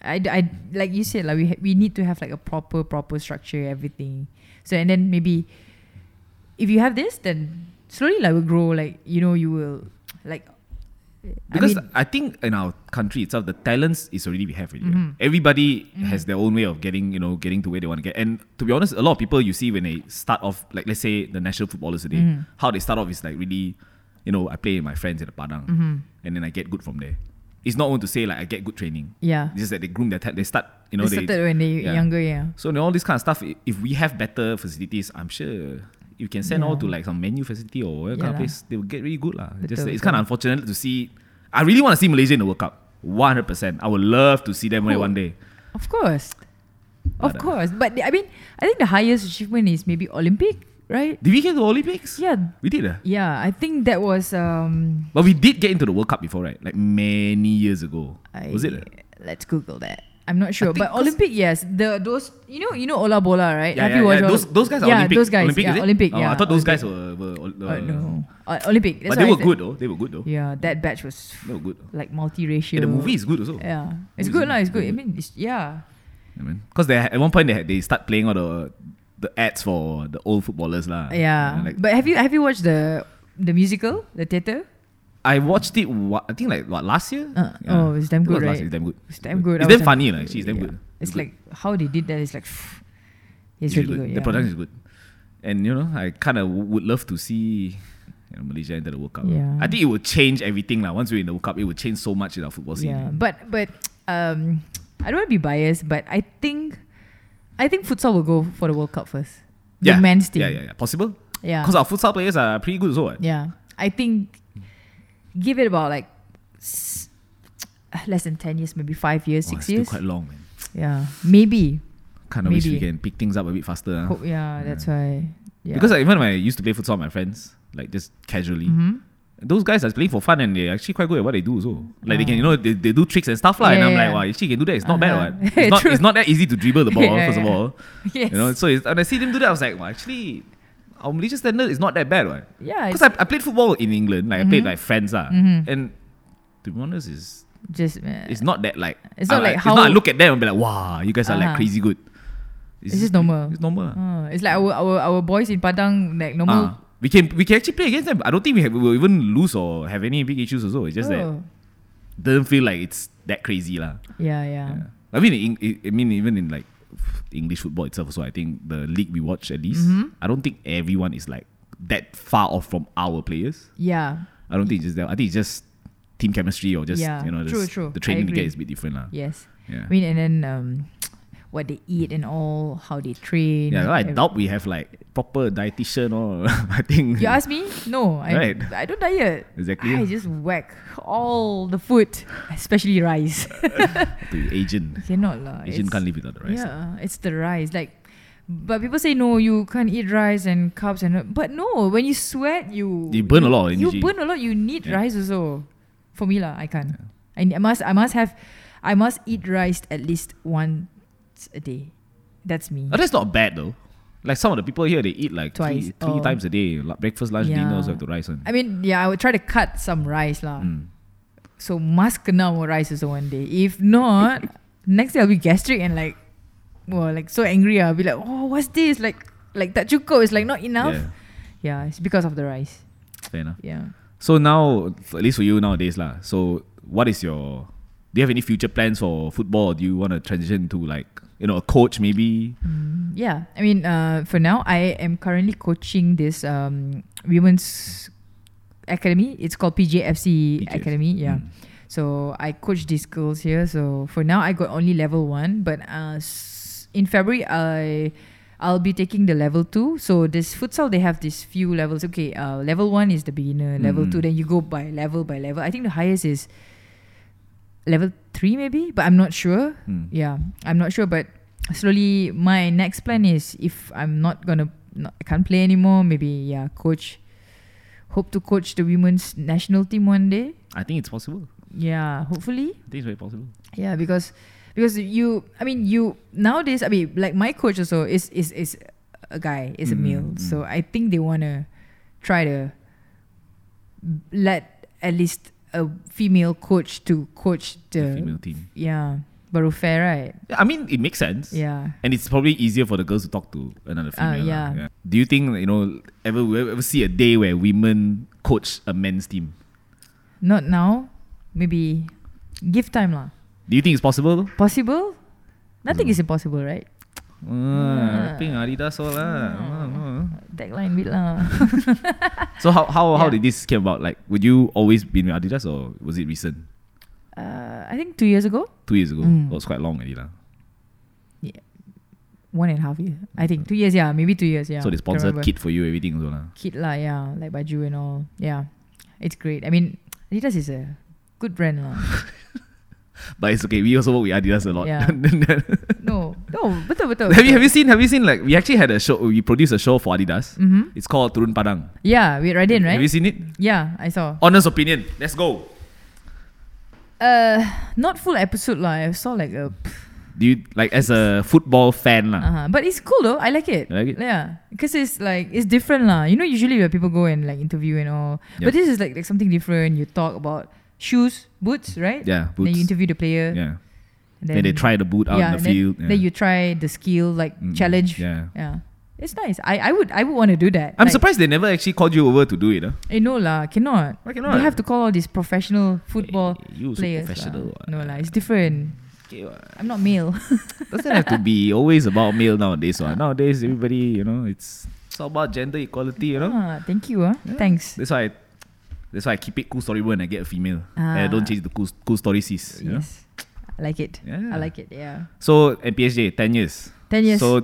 I, d- I d- like you said, like we ha- we need to have like a proper proper structure, everything. So and then maybe if you have this, then slowly like will grow. Like you know, you will like Because I, I mean, think in our country itself, the talents is already we have. Already, Mm-hmm. right? Everybody has their own way of getting, you know, getting to where they want to get. And to be honest, a lot of people you see when they start off, like let's say the national footballers today, Mm-hmm. how they start off is like really, you know, I play with my friends at the padang, Mm-hmm. and then I get good from there. It's not one to say like I get good training. yeah. It's just that they groom their talent. They start, you know, they. they started when they yeah. younger, yeah. so in all this kind of stuff, i- if we have better facilities, I'm sure. You can send Yeah. all to like some menu facility or whatever Yeah kind of lah. place, they will get really good. lah. It's Just, Betul, it's betul. kind of unfortunate to see. I really want to see Malaysia in the World Cup. 100%. I would love to see them there Cool. one day. Of course. Of But, uh, course. But the- I mean, I think the highest achievement is maybe Olympic, right? Did we get to the Olympics? Yeah. We did. Uh. Yeah, I think that was um But we did get into the World Cup before, right? Like many years ago. I, Was it? uh? Let's google that. I'm not sure, think but 'cause- Olympic, yes. The those you know you know Ola Bola, right? Yeah, yeah, yeah. Ola- Those, those guys are yeah, Olympic. Those guys, Olympic, yeah, is it? Olympic. Oh, yeah, I thought those Olympic. guys were. were, were Oh, uh, no, Uh, Olympic. That's But they were what I said. good, though. They were good, though. Yeah, that batch was They were good. like multiracial. Yeah, the movie is good also. Yeah, Movie's it's good good. lah. It's good. I Movie good. mean, it's, yeah, Because they at one point they had, they start playing all the the ads for the old footballers lah. yeah. And, like, but have you have you watched the the musical, the theater? I watched it. Wa- I think like what last year. Uh, oh, it's damn It was good, last right? year, It's damn good. It's damn good. I It's was damn funny lah. Actually, it's damn yeah. good. It's, good. like how they did that. It's like it's, really really good. The yeah. production is good, and you know I kind of w- would love to see. You know, Malaysia enter the World Cup. Yeah. I think it will change everything. lah. Once we're in the World Cup, it will change so much in our football scene. Yeah, but but um, I don't want to be biased, but I think I think futsal will go for the World Cup first. yeah. The men's team. Yeah, yeah, yeah. Possible? Yeah. Because our futsal players are pretty good, eh. so what? Yeah. I think give it about like s- less than ten years, maybe five years, six Oh, still years. quite long, man. Yeah, maybe. Kind of wish we Maybe. can pick things up a bit faster. huh? Hope- yeah, that's why. Yeah. Because like, even when I used to play futsal with my friends, like just casually, Mm-hmm. those guys are playing for fun and they're actually quite good at what they do. So like they can, you know, they, they do tricks and stuff like. and Yeah, I'm yeah, like, yeah. wow, actually you can do that. It's not Uh-huh. bad. What? It's not, True. it's not that easy to dribble the ball Yeah, first of yeah. all. yes. You know, so it's, and I see them do that. I was like, well, actually, our Malaysian standard is not that bad, right? yeah, Because it's I, I played football in England, like I Mm-hmm. played like friends, ah, and to be honest, is just uh, it's not that like It's not I- like it's how- not I look at them and be like, wow, you guys are like Uh-huh. crazy good. It's just normal. It's normal. ah. uh, it's like our, our our boys in Padang like Ah, normal. we can we can actually play against them. I don't think we, have, we will even lose or have any big issues. Also, it's just that Oh. doesn't feel like it's that crazy lah. Yeah, yeah, Yeah. I mean, in, in- I mean, even in like English football itself, also I think the league we watch at least, Mm-hmm. I don't think everyone is like that far off from our players. yeah. I don't think it's just that. I think it's just team chemistry or just Yeah, you know true, just true. the I training they agree. get is a bit different lah. Yes. Yeah. I mean, and then um, what they eat and all, how they train. Yeah, I ev- doubt we have like proper dietitian or I think You ask me? No, I, Right. I don't diet. Exactly. I just whack all the food, especially rice. to Asian. Cannot lah. Asian it's- can't live without the rice. Yeah, it's the rice. Like, but people say no, you can't eat rice and carbs and but no, when you sweat, you You burn a lot of You energy. burn a lot. You need Yeah. rice also. For me lah, I can't. I, ne- I must. I must have. I must eat rice at least once a day. That's me. Oh, that's not bad though. Like some of the people here, they eat like Twice. three, three Oh. times a day, like breakfast, lunch, dinner. Yeah. Also have to rice on. I mean, yeah, I would try to cut some rice lah. Mm. So must kena more rice also one day. If not, next day I'll be gastric and like, well, like so angry. I'll be like, oh, what's this? Like, like that chuko is like not enough. Yeah, Yeah, it's because of the rice. fair enough. Yeah. So now, at least for you nowadays, lah. So what is your? Do you have any future plans for football? Or do you want to transition to like you know a coach maybe? Yeah. I mean, uh, for now, I am currently coaching this um, women's academy. It's called PJFC PJFC, Academy. Yeah. mm. So I coach these girls here. So for now, I got only level one, but uh, s- in February, I. I'll be taking the level two. So this futsal, they have these few levels. Okay, uh, level one is the beginner. Level Mm. two, then you go by level by level. I think the highest is level three, maybe, but I'm not sure. Mm. Yeah, I'm not sure, but slowly my next plan is if I'm not gonna, not, I can't play anymore. Maybe yeah, coach. Hope to coach the women's national team one day. I think it's possible. Yeah, hopefully. I think it's very possible. Yeah, because because you, I mean, you nowadays, I mean, like my coach also is is is a guy, is a male. Mm, mm. So I think they wanna try to let at least a female coach to coach The, the, female team. yeah baru fair right Yeah, I mean, it makes sense. yeah And it's probably easier for the girls to talk to another Ah, female. lah. yeah. Do you think you know ever we ever see a day where women coach a men's team? Not now. Maybe give time lah. Do you think it's possible? Possible? Nothing is impossible, right? Ah, pink Adidas all lah. Hmm. Ah, ah. Tagline bit lah. So how how how Yeah. did this came about? Like, would you always been with Adidas or was it recent? uh, I think two years ago, Two years ago. Mm. It was quite long already lah. one and a half year. I think two years. Yeah, maybe two years. Yeah. so they Can't sponsored remember. kit for you everything also lah. Kit lah. Yeah, like baju and all. Yeah, it's great. I mean, Adidas is a good brand lah. But it's okay. We also work with Adidas a lot. Yeah. no, no, betul betul. have you have you seen have you seen like we actually had a show we produced a show for Adidas. Mm-hmm. It's called Turun Padang. Yeah, with Radin, right? Have you seen it? yeah, I saw. Honest opinion. Let's go. Uh, not full episode lah. I saw like a. Do you like as a football fan lah? Uh-huh. But it's cool though. I like it. Ah. You like it? Yeah, because it's like it's different lah. You know, usually where people go and like interview and all, Yeah. but this is like like something different. You talk about shoes, boots, right? Yeah, boots. Then you interview the player. yeah. Then, they try the boot out in the then, field. Then you try the skill like Mm, challenge. Yeah. Yeah. It's nice. I, I would I would want to do that. I'm Like, surprised they never actually called you over to do it. Huh? Eh, no lah, cannot. Why Eh, You have to call all these professional football you also players. professional lah. what? No lah, it's different. Okay, what? I'm not male. Doesn't have to be always about male nowadays. What? Nowadays, everybody, you know, it's, it's all about gender equality, you know? ah, thank you. Ah, Thanks. That's why I, that's why I keep it cool story when I get a female. Ah. And I don't change the cool, cool story sis. you know? Yes. I like it. Yeah. I like it. Yeah. So, MPSJ, 10 years. 10 years. So,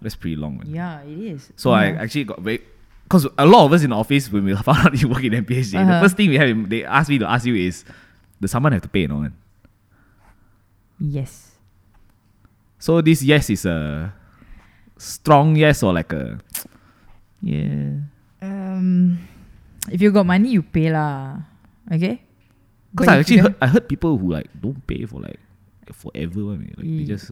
that's pretty long. Man. Yeah, it is. So I Yeah. actually got very because a lot of us in the office when we found out you work in MPHJ, the Uh-huh. first thing we have in- they ask me to ask you is, does someone have to pay or not? yes. So this yes is a strong yes or like a yeah. Um, if you got money, you pay lah. Okay. Because I But if you actually heard, don't- I heard people who like don't pay for like forever. I mean, like Mm. they just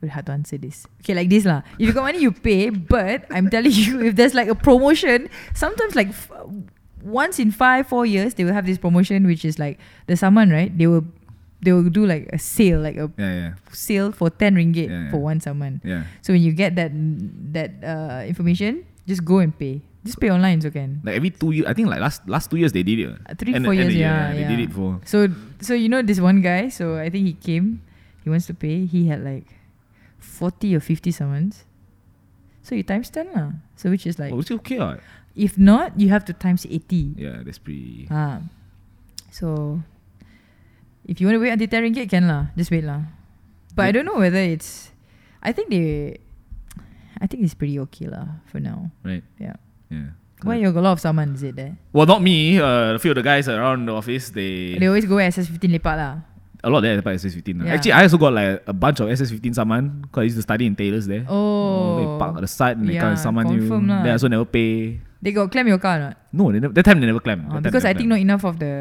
Very hard to answer this. Okay, like this lah. If you got money, you pay. But I'm telling you, if there's like a promotion, sometimes like f- once in five, four years, they will have this promotion, which is like the saman, right? They will they will do like a sale, like a yeah sale for ten ringgit Yeah, yeah. for one saman. yeah yeah. So when you get that that uh, information, just go and pay. Just pay online, so can. Like every two years, I think like last last two years they did it. uh, Uh, three, end- four end years, the year, yeah, They yeah. did it for So so you know this one guy. So I think he came. He wants to pay. He had like forty or fifty summons. So you times ten lah. So which is like oh, which is okay. Uh. if not you have to times eighty. Yeah, that's pretty. Ah, so Ah. If you want to wait until 10 ringgit, can lah. Just wait lah. But I Yeah. don't know whether it's. I think they. I think it's pretty okay lah for now. right? Yeah. Yeah. Why you got a lot of saman is it there? Well, not me. Uh, a few of the guys around the office, They always go SS15 lepak lah. A lot there about SS15. lah. Yeah. uh, Actually, I also got like a bunch of SS15 saman because I used to study in Taylor's there. Oh. They park at the side and they Yeah, come and saman you. confirm lah. They also never pay. They got clamp your car or not? No, they never, that time they never clam. That Uh, time because they I never think clam. not enough of the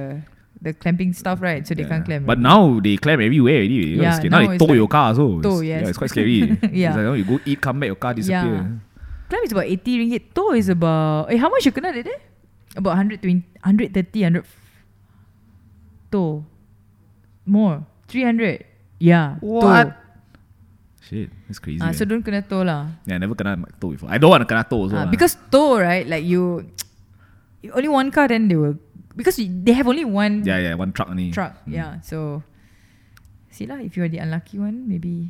the clamping stuff, right? So they Yeah. can't clamp. But right? now they clam everywhere already. You know, Yeah, it's scary. now, now they it's tow like- your car so Tow, it's, Yeah, yes. it's quite scary. Yeah. It's like, oh, you go eat, come back, your car disappear. Yeah. Climb is about 80 ringgit. Tow is about... Eh, how much you kena that day? About 120, 130, 100... Tow. More. 300. Yeah. What? Shit, that's crazy. Tow. Uh, so man. don't kena tow lah. yeah, I never kena tow before. I don't want to kena tow also. Ah, lah. because tow, right? Like you... you Only one car then they will... Because you- they have only one yeah, yeah, Mm. one truck only. truck. Yeah. So... See lah, if you're the unlucky one, maybe...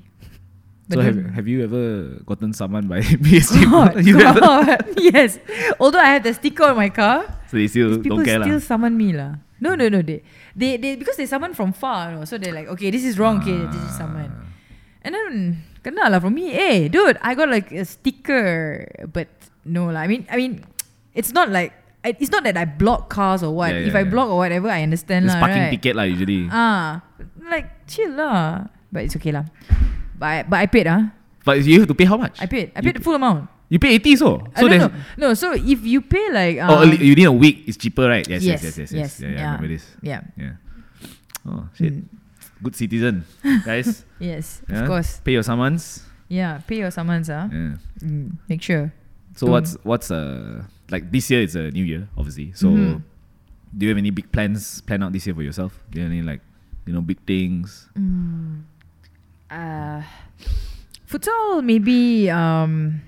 So have, don't- have you ever gotten summoned by PSG? God, you never- God. yes. Although I have the sticker on my car, So they still people don't care still lah. summon me lah. No, no, no. They, they, they, because they summon from far, you know, so they're like, okay, this is wrong. Ah, Okay, this is summon. And then, kena lah from me. Hey, dude, I got like a sticker, but no lah. I mean, I mean, it's not like I- it's not that I block cars or what. Yeah, yeah, if I yeah. block or whatever, I understand It's lah. parking right? ticket lah usually. Ah, like chill lah. But it's okay lah. But I, but I paid ah. but you have to pay how much? I paid. I You paid the full amount. You pay 80 so. So So no, there's no, no. So if you pay like um, oh, early- you need a week. It's cheaper, right? Yes, yes, yes, yes, yes. Yeah, yeah, I remember this. Yeah. Yeah. Oh shit. Mm. Good citizen, guys. Yes, Yeah. of course. Pay your summons. Yeah, pay your summons, ah. Yeah. Mm, make sure. So Don't- what's what's uh like this year is a new year, obviously. So Mhm. do you have any big plans planned out this year for yourself? Do you have any like you know big things? Mm. Uh, futsal maybe. Um,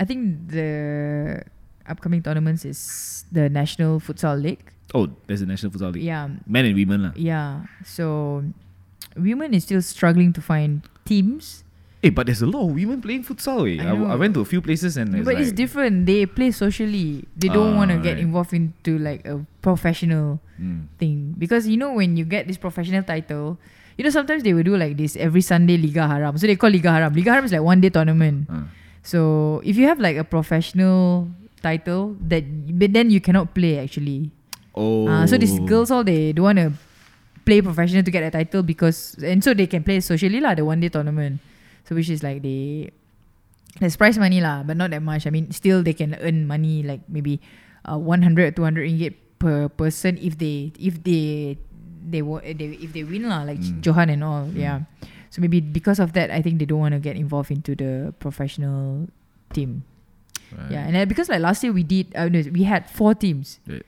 I think the upcoming tournaments is the National Futsal League. Oh, there's a national football league. Yeah, Men and women lah. yeah. So women is still struggling to find teams, Hey, Eh, but there's a lot of women playing futsal. Eh. I, I I, know. went to a few places and it's but like, it's different. They play socially. They don't want to Ah, get right. involved into like a professional. Mm, thing because you know when you get this professional title you know sometimes they will do like this every sunday liga haram so they call liga haram liga haram is like one day tournament ah. so if you have like a professional title that but then you cannot play actually Oh. uh, so these girls all they don't want to play professional to get a title because and so they can play socially lah the one day tournament so which is like they there's prize money lah but not that much I mean still they can earn money like maybe uh, 100 200 ringgit per person if they if they they, wa- they if they win lah like Mm. Johan and all yeah so maybe because of that I think they don't want to get involved into the professional team Right. yeah, and then because like last year we did, uh, no, we had four teams. Right.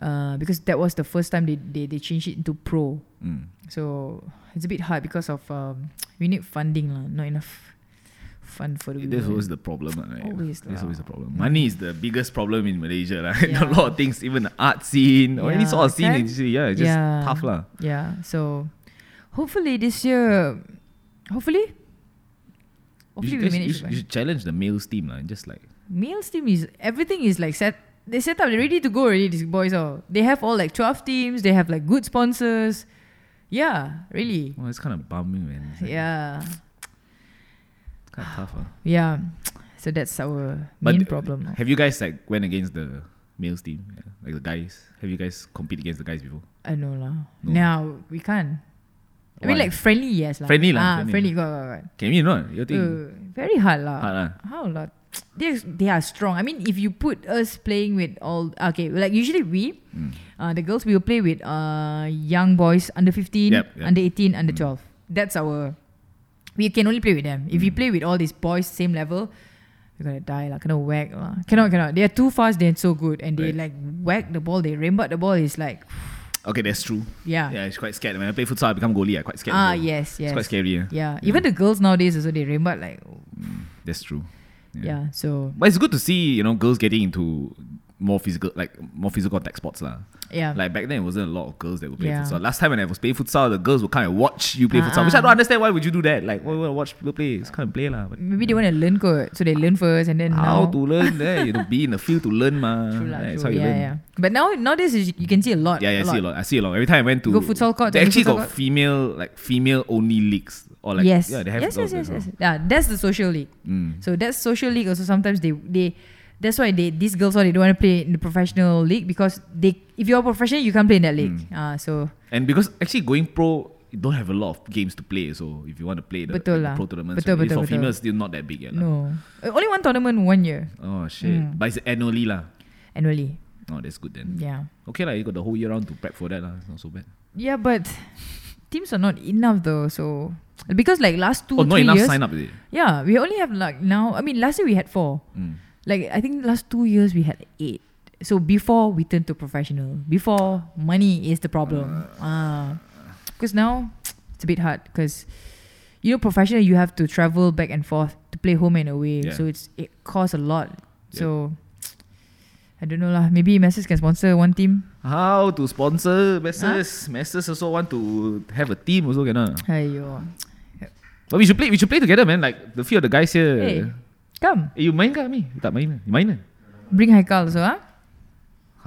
Uh, because that was the first time they, they, they changed it into pro. Mm. So it's a bit hard because of um, we need funding, lah. not enough fund for the That's women. always the problem, lah, right? Always That's lah. always the problem. Money is the biggest problem in Malaysia, lah. a Yeah. lot of things, even the art scene or any Yeah, sort of scene, kan? it's just- yeah, it's just Yeah. tough, lah. Yeah, so hopefully this year, hopefully, You should, hopefully we guys- you, manage. should, you to should challenge the males team, lah. and Just like Males team is everything is like set. They set up, they're ready to go already. These boys all they have all like twelve teams. They have like good sponsors. Yeah, really. well, oh, it's kind of bumming, man. It's like, Yeah, it's kind of tough, lah. yeah. So that's our But main th- problem. Have you guys like went against the males team, yeah? like the guys? Have you guys competed against the guys before? I know lah. No. Now we can't. I mean, Why? like friendly, yes lah. Friendly lah, Ah, friendly. friendly. Got, got, got. Can you not? You think Uh, very hard lah. hard, lah. How lah? They they are strong. I mean, if you put us playing with all okay, like usually we, Mm. uh, the girls we will play with uh young boys under fifteen, Yep, yep. under eighteen, under Mm. twelve. That's our. We can only play with them. If you play with all these boys same level, you're gonna die lah. Cannot whack lah. Cannot cannot. They are too fast. They're so good, and they like whack the ball. They rainbow the ball. It's like Okay, that's true. yeah. Yeah, it's quite scared. When I play futsal, I become goalie. I quite scared. Ah also. yes It's yes. quite scary. Yeah. Yeah, even the girls nowadays also they remember like That's true. yeah. So But it's good to see, you know, girls getting into more physical, like more physical tech sports lah. Yeah. Like back then, it wasn't a lot of girls that would play Uh. Yeah. futsal. Last time when I was playing futsal, the girls would come and watch you play futsal, which I Ah. don't understand. Why would you do that? Like, why would I watch people play? Just come and play lah. But Maybe they want to learn kot. So they learn first and then how now. to learn? there? You know, be in the field to learn, ma. True lah, Yeah, That's true. how you yeah, learn. yeah. But now nowadays is- you can see a lot. Yeah, yeah, I see a lot. I see a lot. Every time I went to Go futsal court, they go actually futsal got court. female like female only leagues or like yes. yeah, they have yes, futsal yes, yes, courts yes. as Mm. Yeah, that's the social league. So that's social league. Also, sometimes they they that's why they these girls why they don't want to play in the professional league because they if you're a professional you can't play in that league. Mm. Ah, so well. And because actually going pro, you don't have a lot of games to play. So if you want to play the, Betul the lah. pro tournaments, Betul, right, it's betul, for betul. females still not that big yet. lah. no, Uh, only one tournament one year Oh shit! Mm. But it's annually lah. annually. Oh, that's good then. Yeah, Okay lah, you got the whole year round to prep for that lah. It's not so bad. yeah, but teams are not enough though. So because like last two oh, not three enough years, sign up is it? yeah, we only have like now. I mean, last year we had four. Mm. Like I think last two years we had eight. So before we turn to professional, before money is the problem. Uh. Ah, because now it's a bit hard because you know professional you have to travel back and forth to play home and away. Yeah. So it's it costs a lot. Yeah. So I don't know lah. Maybe Masters can sponsor one team. How to sponsor Masters? Masters also want to have a team also, can Ayo. But we should play. We should play together, man. Like the few of the guys here. Hey, come Eh, you main ke Ami? You tak main ke? You main eh? ke? bring Haikal also ah.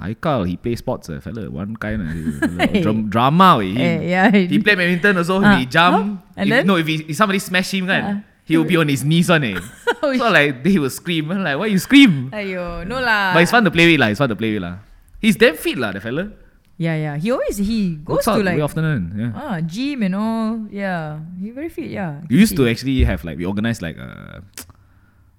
Haikal, he play sports uh, fella. One kind Hey. of drum, drama weh. He, Eh, yeah. he play badminton also. Ah. he jump. Oh, and if, then? No, if, he, if somebody smash him kan, Ah. he will be on his knees on eh. Oh, so like, they will scream. I'm like, why you scream? Ayo, no lah. But it's fun to play with lah. It's fun to play with lah. He's damn fit lah, the fella. Yeah, yeah. He always he goes Works out to like way often. kan? Yeah. Ah, gym and all. Yeah, he very fit. Yeah. We used to actually have like we organized like a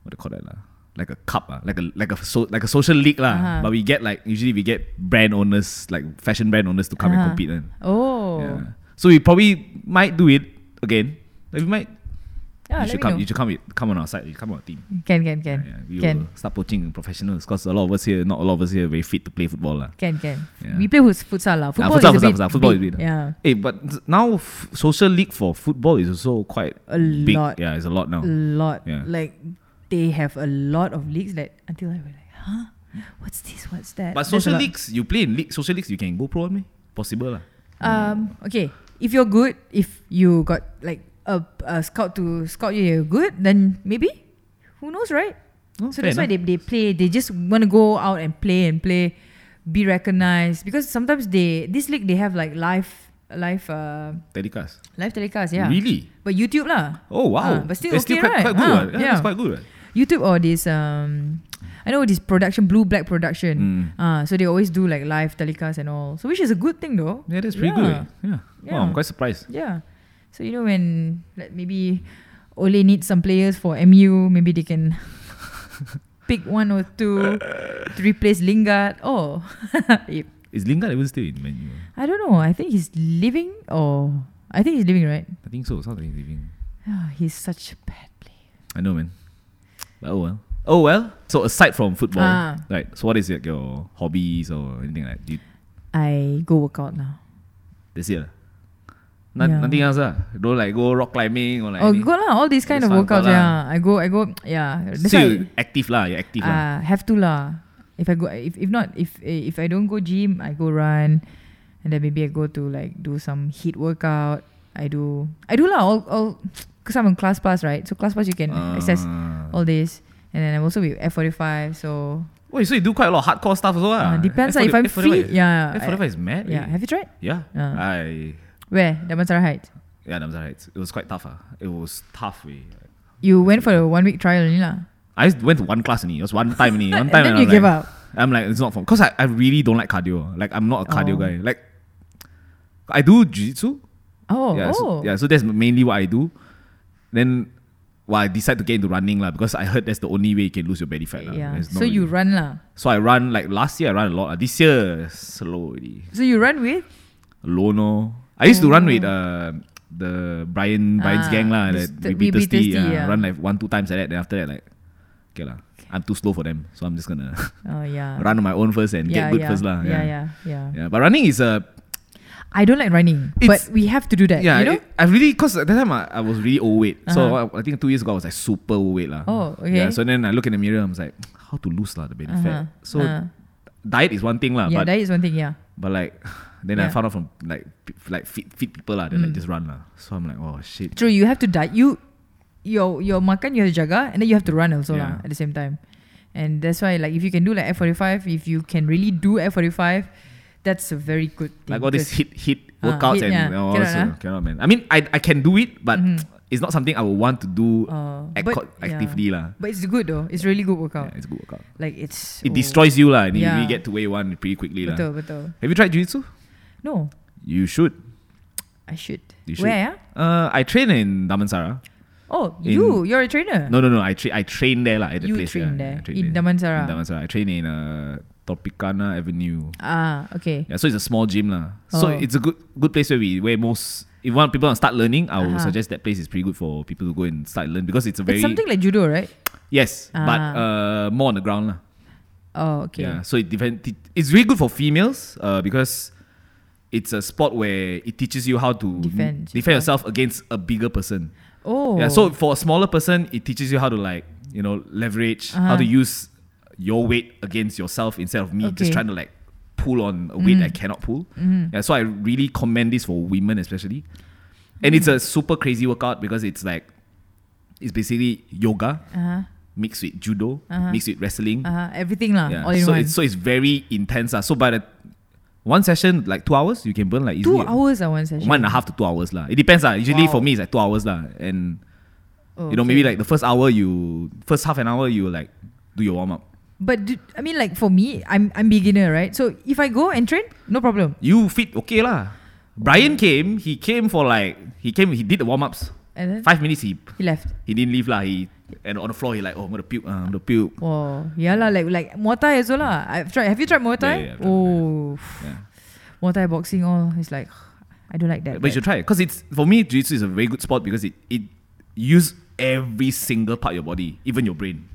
what do you call that lah? Like a cup lah, like a like a so, like a social league lah. Uh-huh. But we get like usually we get brand owners like fashion brand owners to come and Uh-huh. compete. Then. Oh. Yeah. So we probably might do it again. Like we might. you Ah, let should me come. know. You should come. With, come on our side. You come on our team. Can can can Yeah, we can will start poaching professionals because a lot of us here, not a lot of us here, very fit to play football lah. can can. Yeah. Ah, We play fut- futsal lah. Football futsal, is futsal, a bit futsal. Football is big. a bit- Yeah. Hey, Eh, but now f- social league for football is also quite A big. lot. Mm. Yeah, it's a lot now. A lot. Oh. Yeah. Like they have a lot of leagues. Like until I was like, huh, what's this? What's that? But There's a social lot. leagues, you play in league, social leagues, you can go pro me. Possible lah. Um. Okay. If you're good, if you got like a, a scout to scout you, you're good. Then maybe, who knows, right? Oh, so fair that's why they, they play. They just want to go out and play and play, be recognized because sometimes they this league they have like live live uh Telecast. live telecast. Yeah. Really? But YouTube lah. Oh wow. Ah, but still That's okay, quite, right? quite good. Ah, right? Yeah, yeah. That's quite good. Right? YouTube or this um, I know this production Blue Black Hmm. Mm. production. Uh, so they always do like live telecast and all. So which is a good thing though. Yeah, that's pretty Yeah. good. Yeah. Yeah. Wow, I'm quite surprised. Yeah. So you know when like maybe Ole needs some players for MU, maybe they can pick one or two to replace Lingard. Oh, Yep. Is Lingard even still in Man U? I don't know. I think he's leaving or I think he's leaving, right? I think so. Sounds like he's leaving. Ah, he's such a bad player. I know, man. But oh well. Oh well. So aside from football, Ah. right? So what is it, your hobbies or anything like? Do you, I go work out now. that's it. lah? No, Yeah. Nothing else lah. Don't like go rock climbing or like. oh, any- go lah. All these kind of Just fun workouts. lah. Yeah, I go. I go. Yeah. That's So why- you active lah. You're active lah. Ah, have to lah. If I go, if, if not, if eh, if I don't go gym, I go run, and then maybe I go to like do some heat workout. I do, I do lah. All, all, cause I'm on class pass, right? So class pass you can access Ah. all this, and then I'm also with F45. So Wait, so you do quite a lot of hardcore stuff as well? uh, depends lah. If I'm free, yeah. I- F45 is mad. yeah. really. Have you tried? yeah. Uh. I Where Damansara Heights? yeah, that was alright. It was quite tough. Ah, It was tough. We. You went for a one week trial only lah. I just went to one class only. It was one time only. One And time then I was you gave like, up. I'm like, it's not for because I, I really don't like cardio. Like I'm not a cardio Oh. guy. Like I do jiu-jitsu. Oh, yeah, oh, so, yeah. So that's mainly what I do. Then, well, I decide to get into running lah because I heard that's the only way you can lose your belly fat lah. yeah. There's no So you really- run lah. So I run like last year. I ran a lot. ah. This year slow already. So you run with Lono. I used to run with uh, the Brian Brian's Oh. Ah, gang lah. the That st- we be we be thirsty. thirsty, yeah. yeah. Run like one two times like that. Then after that like, okay lah. I'm too slow for them, so I'm just gonna Oh yeah. run on my own first and yeah, get good yeah. first lah. yeah, Yeah. yeah, yeah. Yeah, but running is a I don't like running, It's- but we have to do that. yeah. you know. it- I really cause at that time I, I was really overweight, so Uh-huh. I, I think two years ago I was like super overweight lah. Oh, Yeah, okay. so then I look in the mirror, I was like, how to lose lah the belly Uh-huh, fat. So uh. diet is one thing lah, yeah, but that is one thing. Yeah. but like then I Yeah. Mm. found out from like pe- like fit fit people lah, they like just run lah. So I'm like, oh shit. True, you have to diet. You, your your makan you have to jaga, and then you have to run also Yeah. lah at the same time. And that's why like if you can do like F forty five, if you can really do F forty five, that's a very good thing. Like all these because- hit hit Ah, workouts and hit, yeah. all Cannot, so, ah. cannot man. I mean I I can do it, but it's not something I would want to do mm-hmm. Uh, ac- but- actively lah. But it's good though. It's really good workout. Yeah, it's a good workout. Like it's It oh, destroys you lah, and you Yeah. really get to where you want pretty quickly lah. Betul betul. Have you tried jiu-jitsu? No, You should. I should. You should. Where? ah? Uh, I train in Damansara. Oh, In- you you're a trainer. No, no, no. I tra- I train there lah at the You place. yeah, train there. I train In there. In Damansara. Damansara. I train in uh, Tropicana Avenue. Ah, okay. Yeah, so it's a small gym lah. So Oh. it's a good good place where we where most if want people want to start learning, I would Aha. suggest that place is pretty good for people to go and start learn because it's a very Uh-huh. It's something like judo, right? yes, but Ah. uh, more on the ground lah. Oh, okay. Yeah, so it depend. it- It's really good for females uh, because it's a sport where it teaches you how to Defend defend yourself. yourself against a bigger person. Oh. Yeah, so for a smaller person, it teaches you how to like you know leverage, how to Uh-huh. use your weight against yourself instead of me Okay. Mm. Mm-hmm. just trying to like pull on a weight I cannot pull. Yeah, so I really commend this for women especially, and it's a Mm. super crazy workout because it's like it's basically yoga Uh-huh. mixed with judo, Uh-huh. mixed with wrestling. Uh-huh. Everything lah. Yeah, All in so one. it's so it's very intense. Uh. so by the one session like two hours, you can burn like Two easily hours I one session. one and a half to two hours lah. It depends lah. Usually Wow. for me it's like two hours lah, and Oh, you know, okay. maybe like the first hour you first half an hour you like do your warm up. But do, I mean, like for me, I'm I'm beginner, right? So if I go and train, no problem. You fit okay lah. Brian came, he came for like he came, he did the warm ups. And then Five minutes he he left. he didn't leave lah. He and on the floor he like, oh I'm gonna puke, uh, I'm gonna puke. Oh, yeah lah. Like like Muay Thai also lah. I've tried. Have you tried Muay Thai? yeah, I've tried, oh, Yeah. Muay Thai boxing. All it's like I don't like that. But you should try it. Because it's for me, Jiu Jitsu is a very good sport because it, it use every single part of your body, even your brain.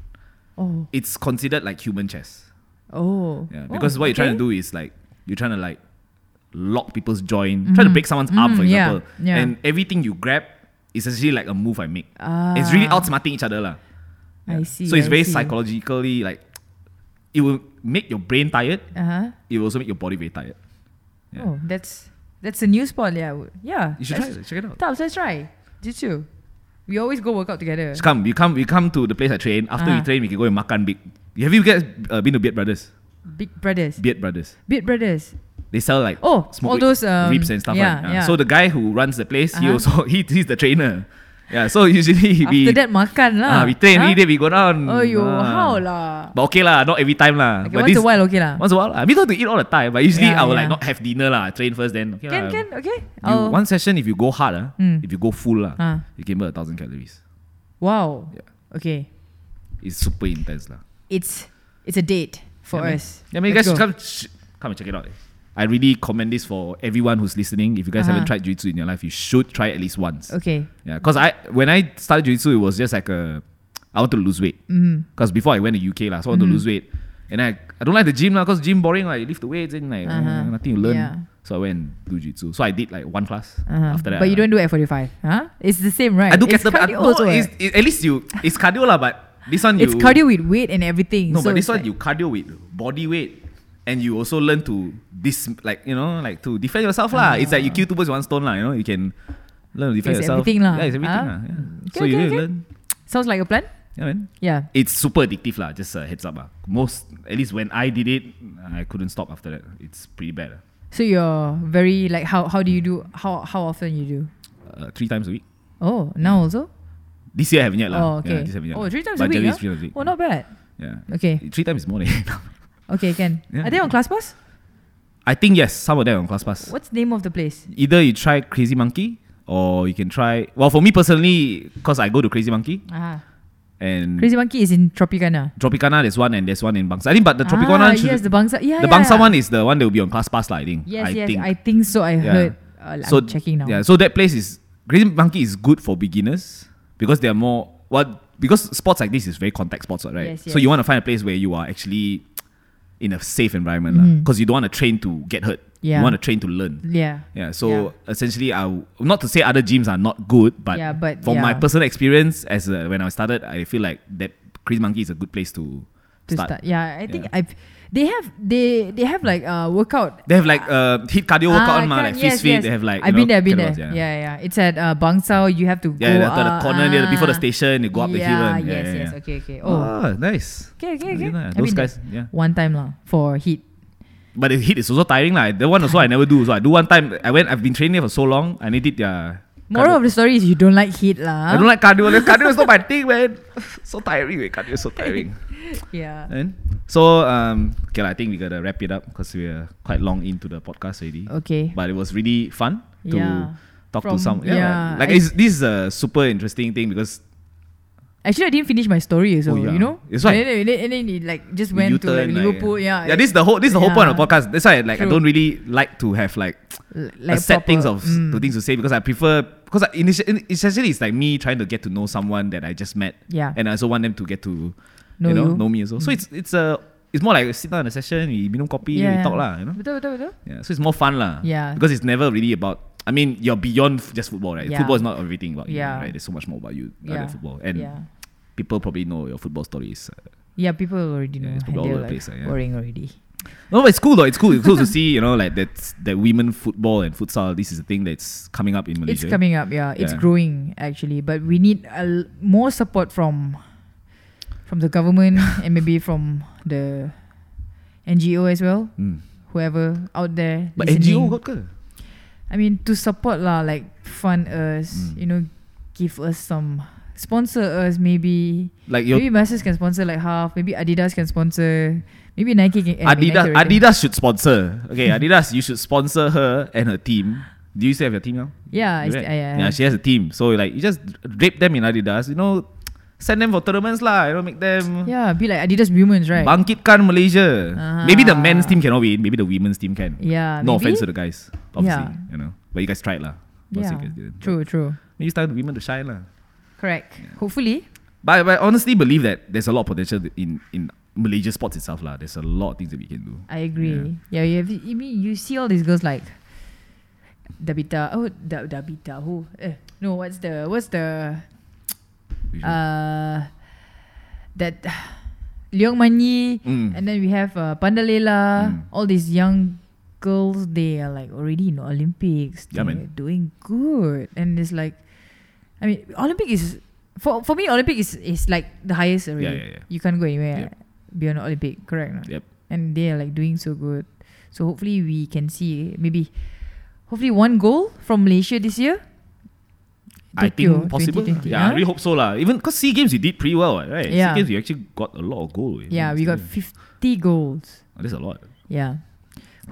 oh It's considered like human chess. oh. Yeah, Oh, because what you're trying to okay. do is like you're trying to like lock people's joint, try to break someone's arm, for Mm, yeah, example. yeah. And everything you grab is essentially like a move I make. Ah, It's really outsmarting each other, lah. I see. So it's I very see. psychologically like it will make your brain tired. Uh-huh. It will also make your body very tired. Yeah. Oh, that's that's a new spot. Yeah, I would- yeah. You should try let's- it. Check it out. Tabs, let's try. Did you? We always go work out together. Just come, you come, we come to the place I train. After we Uh-huh. train, we can go and makan big. Have you guys uh, been to Beard Brothers? Big Brothers, Beard Brothers. Big Brothers. They sell like Oh, smoke all rib- those, um, ribs and stuff yeah, like that. yeah. So the guy who runs the place, he Uh-huh. also he, he's the trainer. Yeah, so usually we After that makan ah, lah. we train Huh? every day we go down. Oh, you Ah. how lah? But okay lah, not every time lah. Okay, but once this- a while okay lah. Once a while, lah. I mean not to eat all the time, but usually I Yeah, will yeah. like not have dinner lah. I Train first, then okay Can lah. can okay. You, Oh One session if you go hard, ah, Mm. if you go full lah, Ah. you can burn a thousand calories. wow. Yeah. Okay, It's super intense lah. it's it's a date for Yeah, man. us. Yeah, I mean, you Let's guys should go. come, sh- come and check it out. I really commend this for everyone who's listening. If you guys Uh-huh. haven't tried jiu-jitsu in your life, you should try at least once. Okay. Yeah, because I when I started jiu-jitsu, it was just like a I want to lose weight. Mm-hmm. Because before I went to UK lah, so I want to lose weight, and I I don't like the gym lah because gym boring like you lift the weights and like Uh-huh. uh, nothing you learn. Yeah. So I went and do jiu-jitsu. So I did like one class Uh-huh. after that. but I- you don't do at 45, huh? It's the same, I right? do it's kettlebell. I- cardio no, also, it's, eh? it, at least you it's cardio lah, but this one you It's cardio with weight and everything. No, so but this it's one like- you cardio with body weight, and you also learn to dis like you know like to defend yourself lah. It's like you kill two birds with one stone lah. You know you can learn to defend Ah. It's yourself. everything lah. Yeah, it's everything Ah. lah. Yeah. Okay, so you okay, need to okay. learn. sounds like a plan. Yeah, man. Yeah. It's super addictive lah. Just a heads up lah. Most at least when I did it, I couldn't stop after that. It's pretty bad. lah. So you're very like how how do you do how how often you do? Uh, three times a week. Oh, now also? This year I haven't yet lah. Oh, Yeah, okay. this year I haven't yet oh, lah. three times But a week. generally it's huh? three times a week. Oh, not bad. Yeah. Okay. Three times is more than enough. Okay, can. Yeah. Are they on ClassPass? I think yes, some of them on ClassPass. What's the name of the place? either you try Crazy Monkey or you can try. Well, for me personally, because I go to Crazy Monkey Ah, and Crazy Monkey is in Tropicana. Tropicana, there's one and there's one in Bangsa. I think, but the Tropicana, ah, should- yes, the Bangsa. Yeah, the yeah. Bangsa one is the one that will be on Class Pass, lah, I think. Yes, I yes, think. I think so. I Yeah. heard. Uh, so I'm checking now. Yeah, so that place is Crazy Monkey is good for beginners because they are more what because sports like this is very contact sports, what, right? Yes, So yes. you want to find a place where you are actually in a safe environment because you don't want to train to get hurt. Mm-hmm. Yeah. You want to train to learn. Yeah. Yeah, so essentially, I w- not to say other gyms are not good, but, Yeah, but from my yeah. personal experience, as uh, when I started, I feel like that Crazy Monkey is a good place to, to start. Yeah, I think I've They have they they have like uh workout. They have like uh, hit cardio Ah, workout on, mah, correct. like fist feet. They have like. I've you been know, there, I've been there. kettlebells, Yeah. yeah, It's at uh, Bangsao. You have to Yeah, go yeah, after the up, corner near the, before the ah. station, you go up the hill. yeah, and- Yes, yeah, yeah, yes. yeah. Okay, okay. Oh, Oh, nice. okay, okay, You okay. know, I've Those been guys, there. yeah. One time lah for heat. But the hit is also tiring, lah. The one also I never do. So I do one time. I went. I've been training for so long. I needed yeah. Moral of the story is you don't like heat I lah. don't like cardio. man. cardio is not my thing, man. so tiring, man. Cardio is so tiring. Yeah. And so um, okay, lah, I think we gotta wrap it up because we're quite long into the podcast already. Okay. But it was really fun to Yeah. talk From- to some. yeah, like I- it's, this is a super interesting thing because Actually, I didn't finish my story, so Oh, yeah. you know. It's why- And then, and then, and then it like just we went to like U-turn, Liverpool. yeah. Yeah. This is the whole. This is the whole point of Yeah. podcast. That's why like I True. don't really like to have like L- a set proper- things of s- mm. to things to say because I prefer because I initially essentially it's like me trying to get to know someone that I just met. Yeah. And I also want them to get to Know you know you. Mm. know me also. So it's it's a it's more like sit down in a session, we minum kopi, we talk lah, you know. Betul betul betul. Yeah. So it's more fun lah. Yeah. Because it's never really about I mean, you're beyond f- just football, right? Yeah. Football is not everything about you, Yeah. right? There's so much more about you uh, Yeah. than football, and yeah. people probably know your football stories. Uh, Yeah, people already Yeah, know. it's and probably all over they're the place, like ah, yeah. worrying already. No, but it's cool though. It's cool. It's cool to see, you know, like that that women football and futsal. This is a thing that's coming up in Malaysia. It's coming up, yeah. It's Yeah. growing actually, but we need a l- more support from from the government and maybe from the NGO as well, Mm. whoever out there. But NGO listening. got ke? I mean, to support lah, like fund us, Mm. you know, give us some, sponsor us maybe. Like your maybe Masters can sponsor like half. Maybe Adidas can sponsor. Maybe Nike can. eh, Nike Adidas already. Adidas should sponsor. Okay, Adidas, you should sponsor her and her team. Do you still have your team now? Yeah, You Uh, I st- right? I- I- yeah, she has a team. So like you just drape them in Adidas, you know, send them for tournaments lah, you know, make them Yeah, be like Adidas Women's, right? Bangkitkan Malaysia. Ah. Maybe the men's team cannot win, maybe the women's team can. Yeah, no maybe. offense to the guys, obviously, Yeah. you know. But you guys tried lah. Obviously Yeah, you guys didn't. true, true. Maybe it's time for women to shine lah. Correct. Hopefully. But, but I honestly believe that there's a lot of potential in in Malaysia sports itself lah. There's a lot of things that we can do. I agree. Yeah, you have. I mean, you see all these girls like Dabita. Oh, da, Dabita. Who? Eh, no, what's the what's the We should- uh that Leong Manyi, Mm. and then we have uh, Pandalela. Mm. All these young girls, they are like already in Olympics. Yeah, They're man. doing good, and it's like, I mean, Olympic is for for me. Olympic is is like the highest already. yeah, yeah. You can't go anywhere Yep. beyond Olympic, correct? or not? Yep. and they are like doing so good. So hopefully we can see maybe, hopefully one goal from Malaysia this year. I Tokyo think possible. 2020, Yeah, I huh? really hope so lah. Even because Sea Games you did pretty well, right? Yeah. Sea Games you actually got a lot of goal. eh. yeah, we got fifty goals. Oh, that's a lot. Yeah,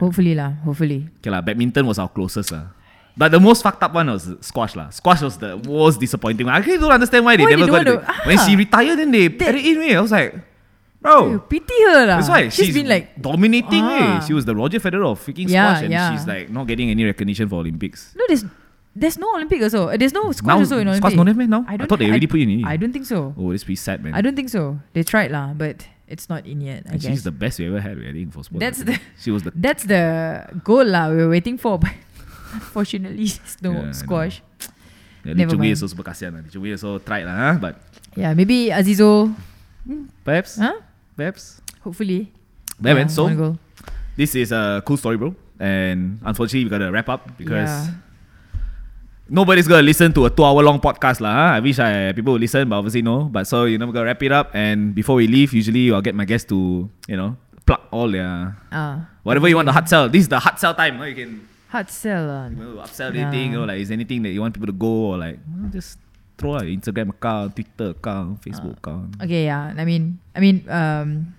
hopefully lah. Hopefully. Okay lah, badminton was our closest lah. But the most fucked up one was squash lah. Squash was the most disappointing one. I actually don't understand why they Why never they got don't it. want to- When she ah. retired, then they They- put it in. eh. I was like, bro, Ew, pity her lah. that's why ah, she's been like dominating. eh. ah. She was the Roger Federer of freaking Yeah, squash, and yeah. she's like not getting any recognition for Olympics. no. There's there's no Olympic also. Uh, There's no squash also in Olympic. Squash don't have meh now? I, I don't thought they thi- already put in. I don't think so. Oh, this pretty sad, man. I don't think so. They tried lah, but it's not in yet. I and she's guess the best we ever had, I think, for sports. That's I think. she was the that's the goal lah. We were waiting for, but unfortunately, there's no Yeah, I know. squash. yeah, Lee Never Chun Wei mind. also super kasihan lah. Lee Chun Wei also tried lah, huh? but Yeah, maybe Azizo. perhaps, Huh? perhaps. Hopefully. Yeah, man. So one goal. this is a cool story, bro. And unfortunately, we gotta wrap up because Yeah. nobody's gonna listen to a two-hour-long podcast lah. Huh? I wish I people would listen, but obviously no. But so you know, we gotta wrap it up. And before we leave, usually I'll get my guests to you know plug all their Ah, whatever you want to hard sell. This is the hard sell time. huh? You can hard sell lah. You want to upsell Yeah. anything, you know, like is there anything that you want people to go or like well, just throw out your Instagram account, Twitter account, Uh. Facebook account. Okay, yeah. I mean, I mean, um,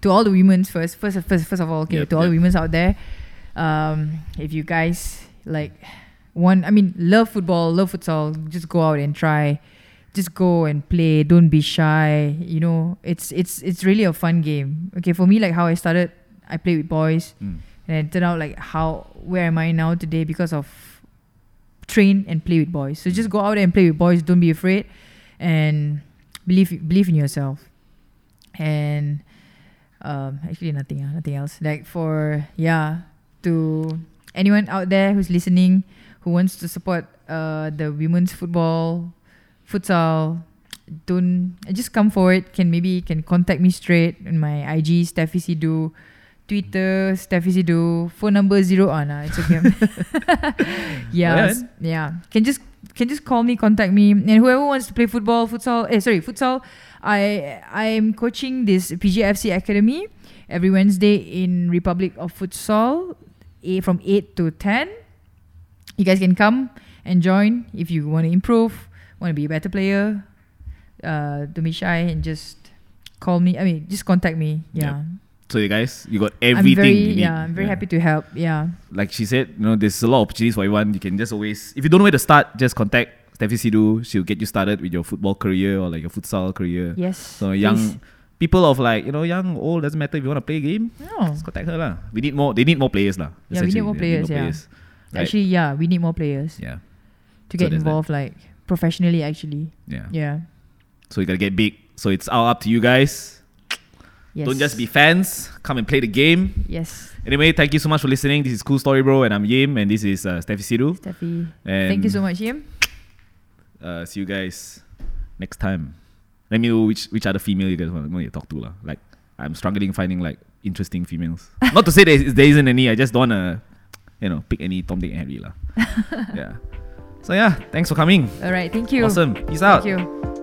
to all the women first, first, first, first of all, okay, Yep, to all the yep. women out there, um, if you guys like, one, I mean, love football, love futsal, just go out and try, just go and play. Don't be shy. You know, it's it's it's really a fun game. Okay, for me, like how I started, I played with boys, Mm. and it turned out like how where am I now today because of train and play with boys. So just go out and play with boys. Don't be afraid, and believe believe in yourself. And um, actually, nothing ah, nothing else. Like for yeah, to anyone out there who's listening, who wants to support uh, the women's football, futsal, don't uh, just come forward can maybe can contact me straight on my IG Steffi Sidhu Twitter Steffi Sidhu phone number zero on uh, it's okay yeah Alright. yeah can just can just call me contact me and whoever wants to play football futsal eh, sorry futsal I I'm coaching this PGFC Academy every Wednesday in Republic of Futsal eh, from 8 to 10 you guys can come and join if you want to improve, want to be a better player. Uh, don't be shy and just call me. I mean, just contact me. Yeah, So you guys, you got everything. I'm you very need. yeah, I'm very happy to help. Yeah, Like she said, you know, there's a lot of opportunities for everyone. You can just always, if you don't know where to start, just contact Steffi Sidhu. She'll get you started with your football career or like your futsal career. yes. So young please. people of like you know young old doesn't matter if you want to play a game, No. just contact her lah. We need more. They need more players lah. Yeah, we need Essentially, more they players, yeah. Right? Actually, yeah, we need more players yeah, so to there's get that. involved, like professionally. Actually, yeah, yeah. So you gotta get big. So it's all up to you guys. Yes. Don't just be fans. Come and play the game. Yes, Anyway, thank you so much for listening. This is Cool Story Bro, and I'm Yim, and this is uh, Steffi Sidhu. Steffi. And Thank you so much, Yim. Uh, see you guys next time. Let me know which which other female you guys want want to talk to lah. Like I'm struggling finding like interesting females. Not to say there, is, there isn't any. I just don't wanna you know pick any Tom Dick and Harry lah. yeah. So yeah, thanks for coming. All right. Thank you. Awesome. Peace out. Thank you.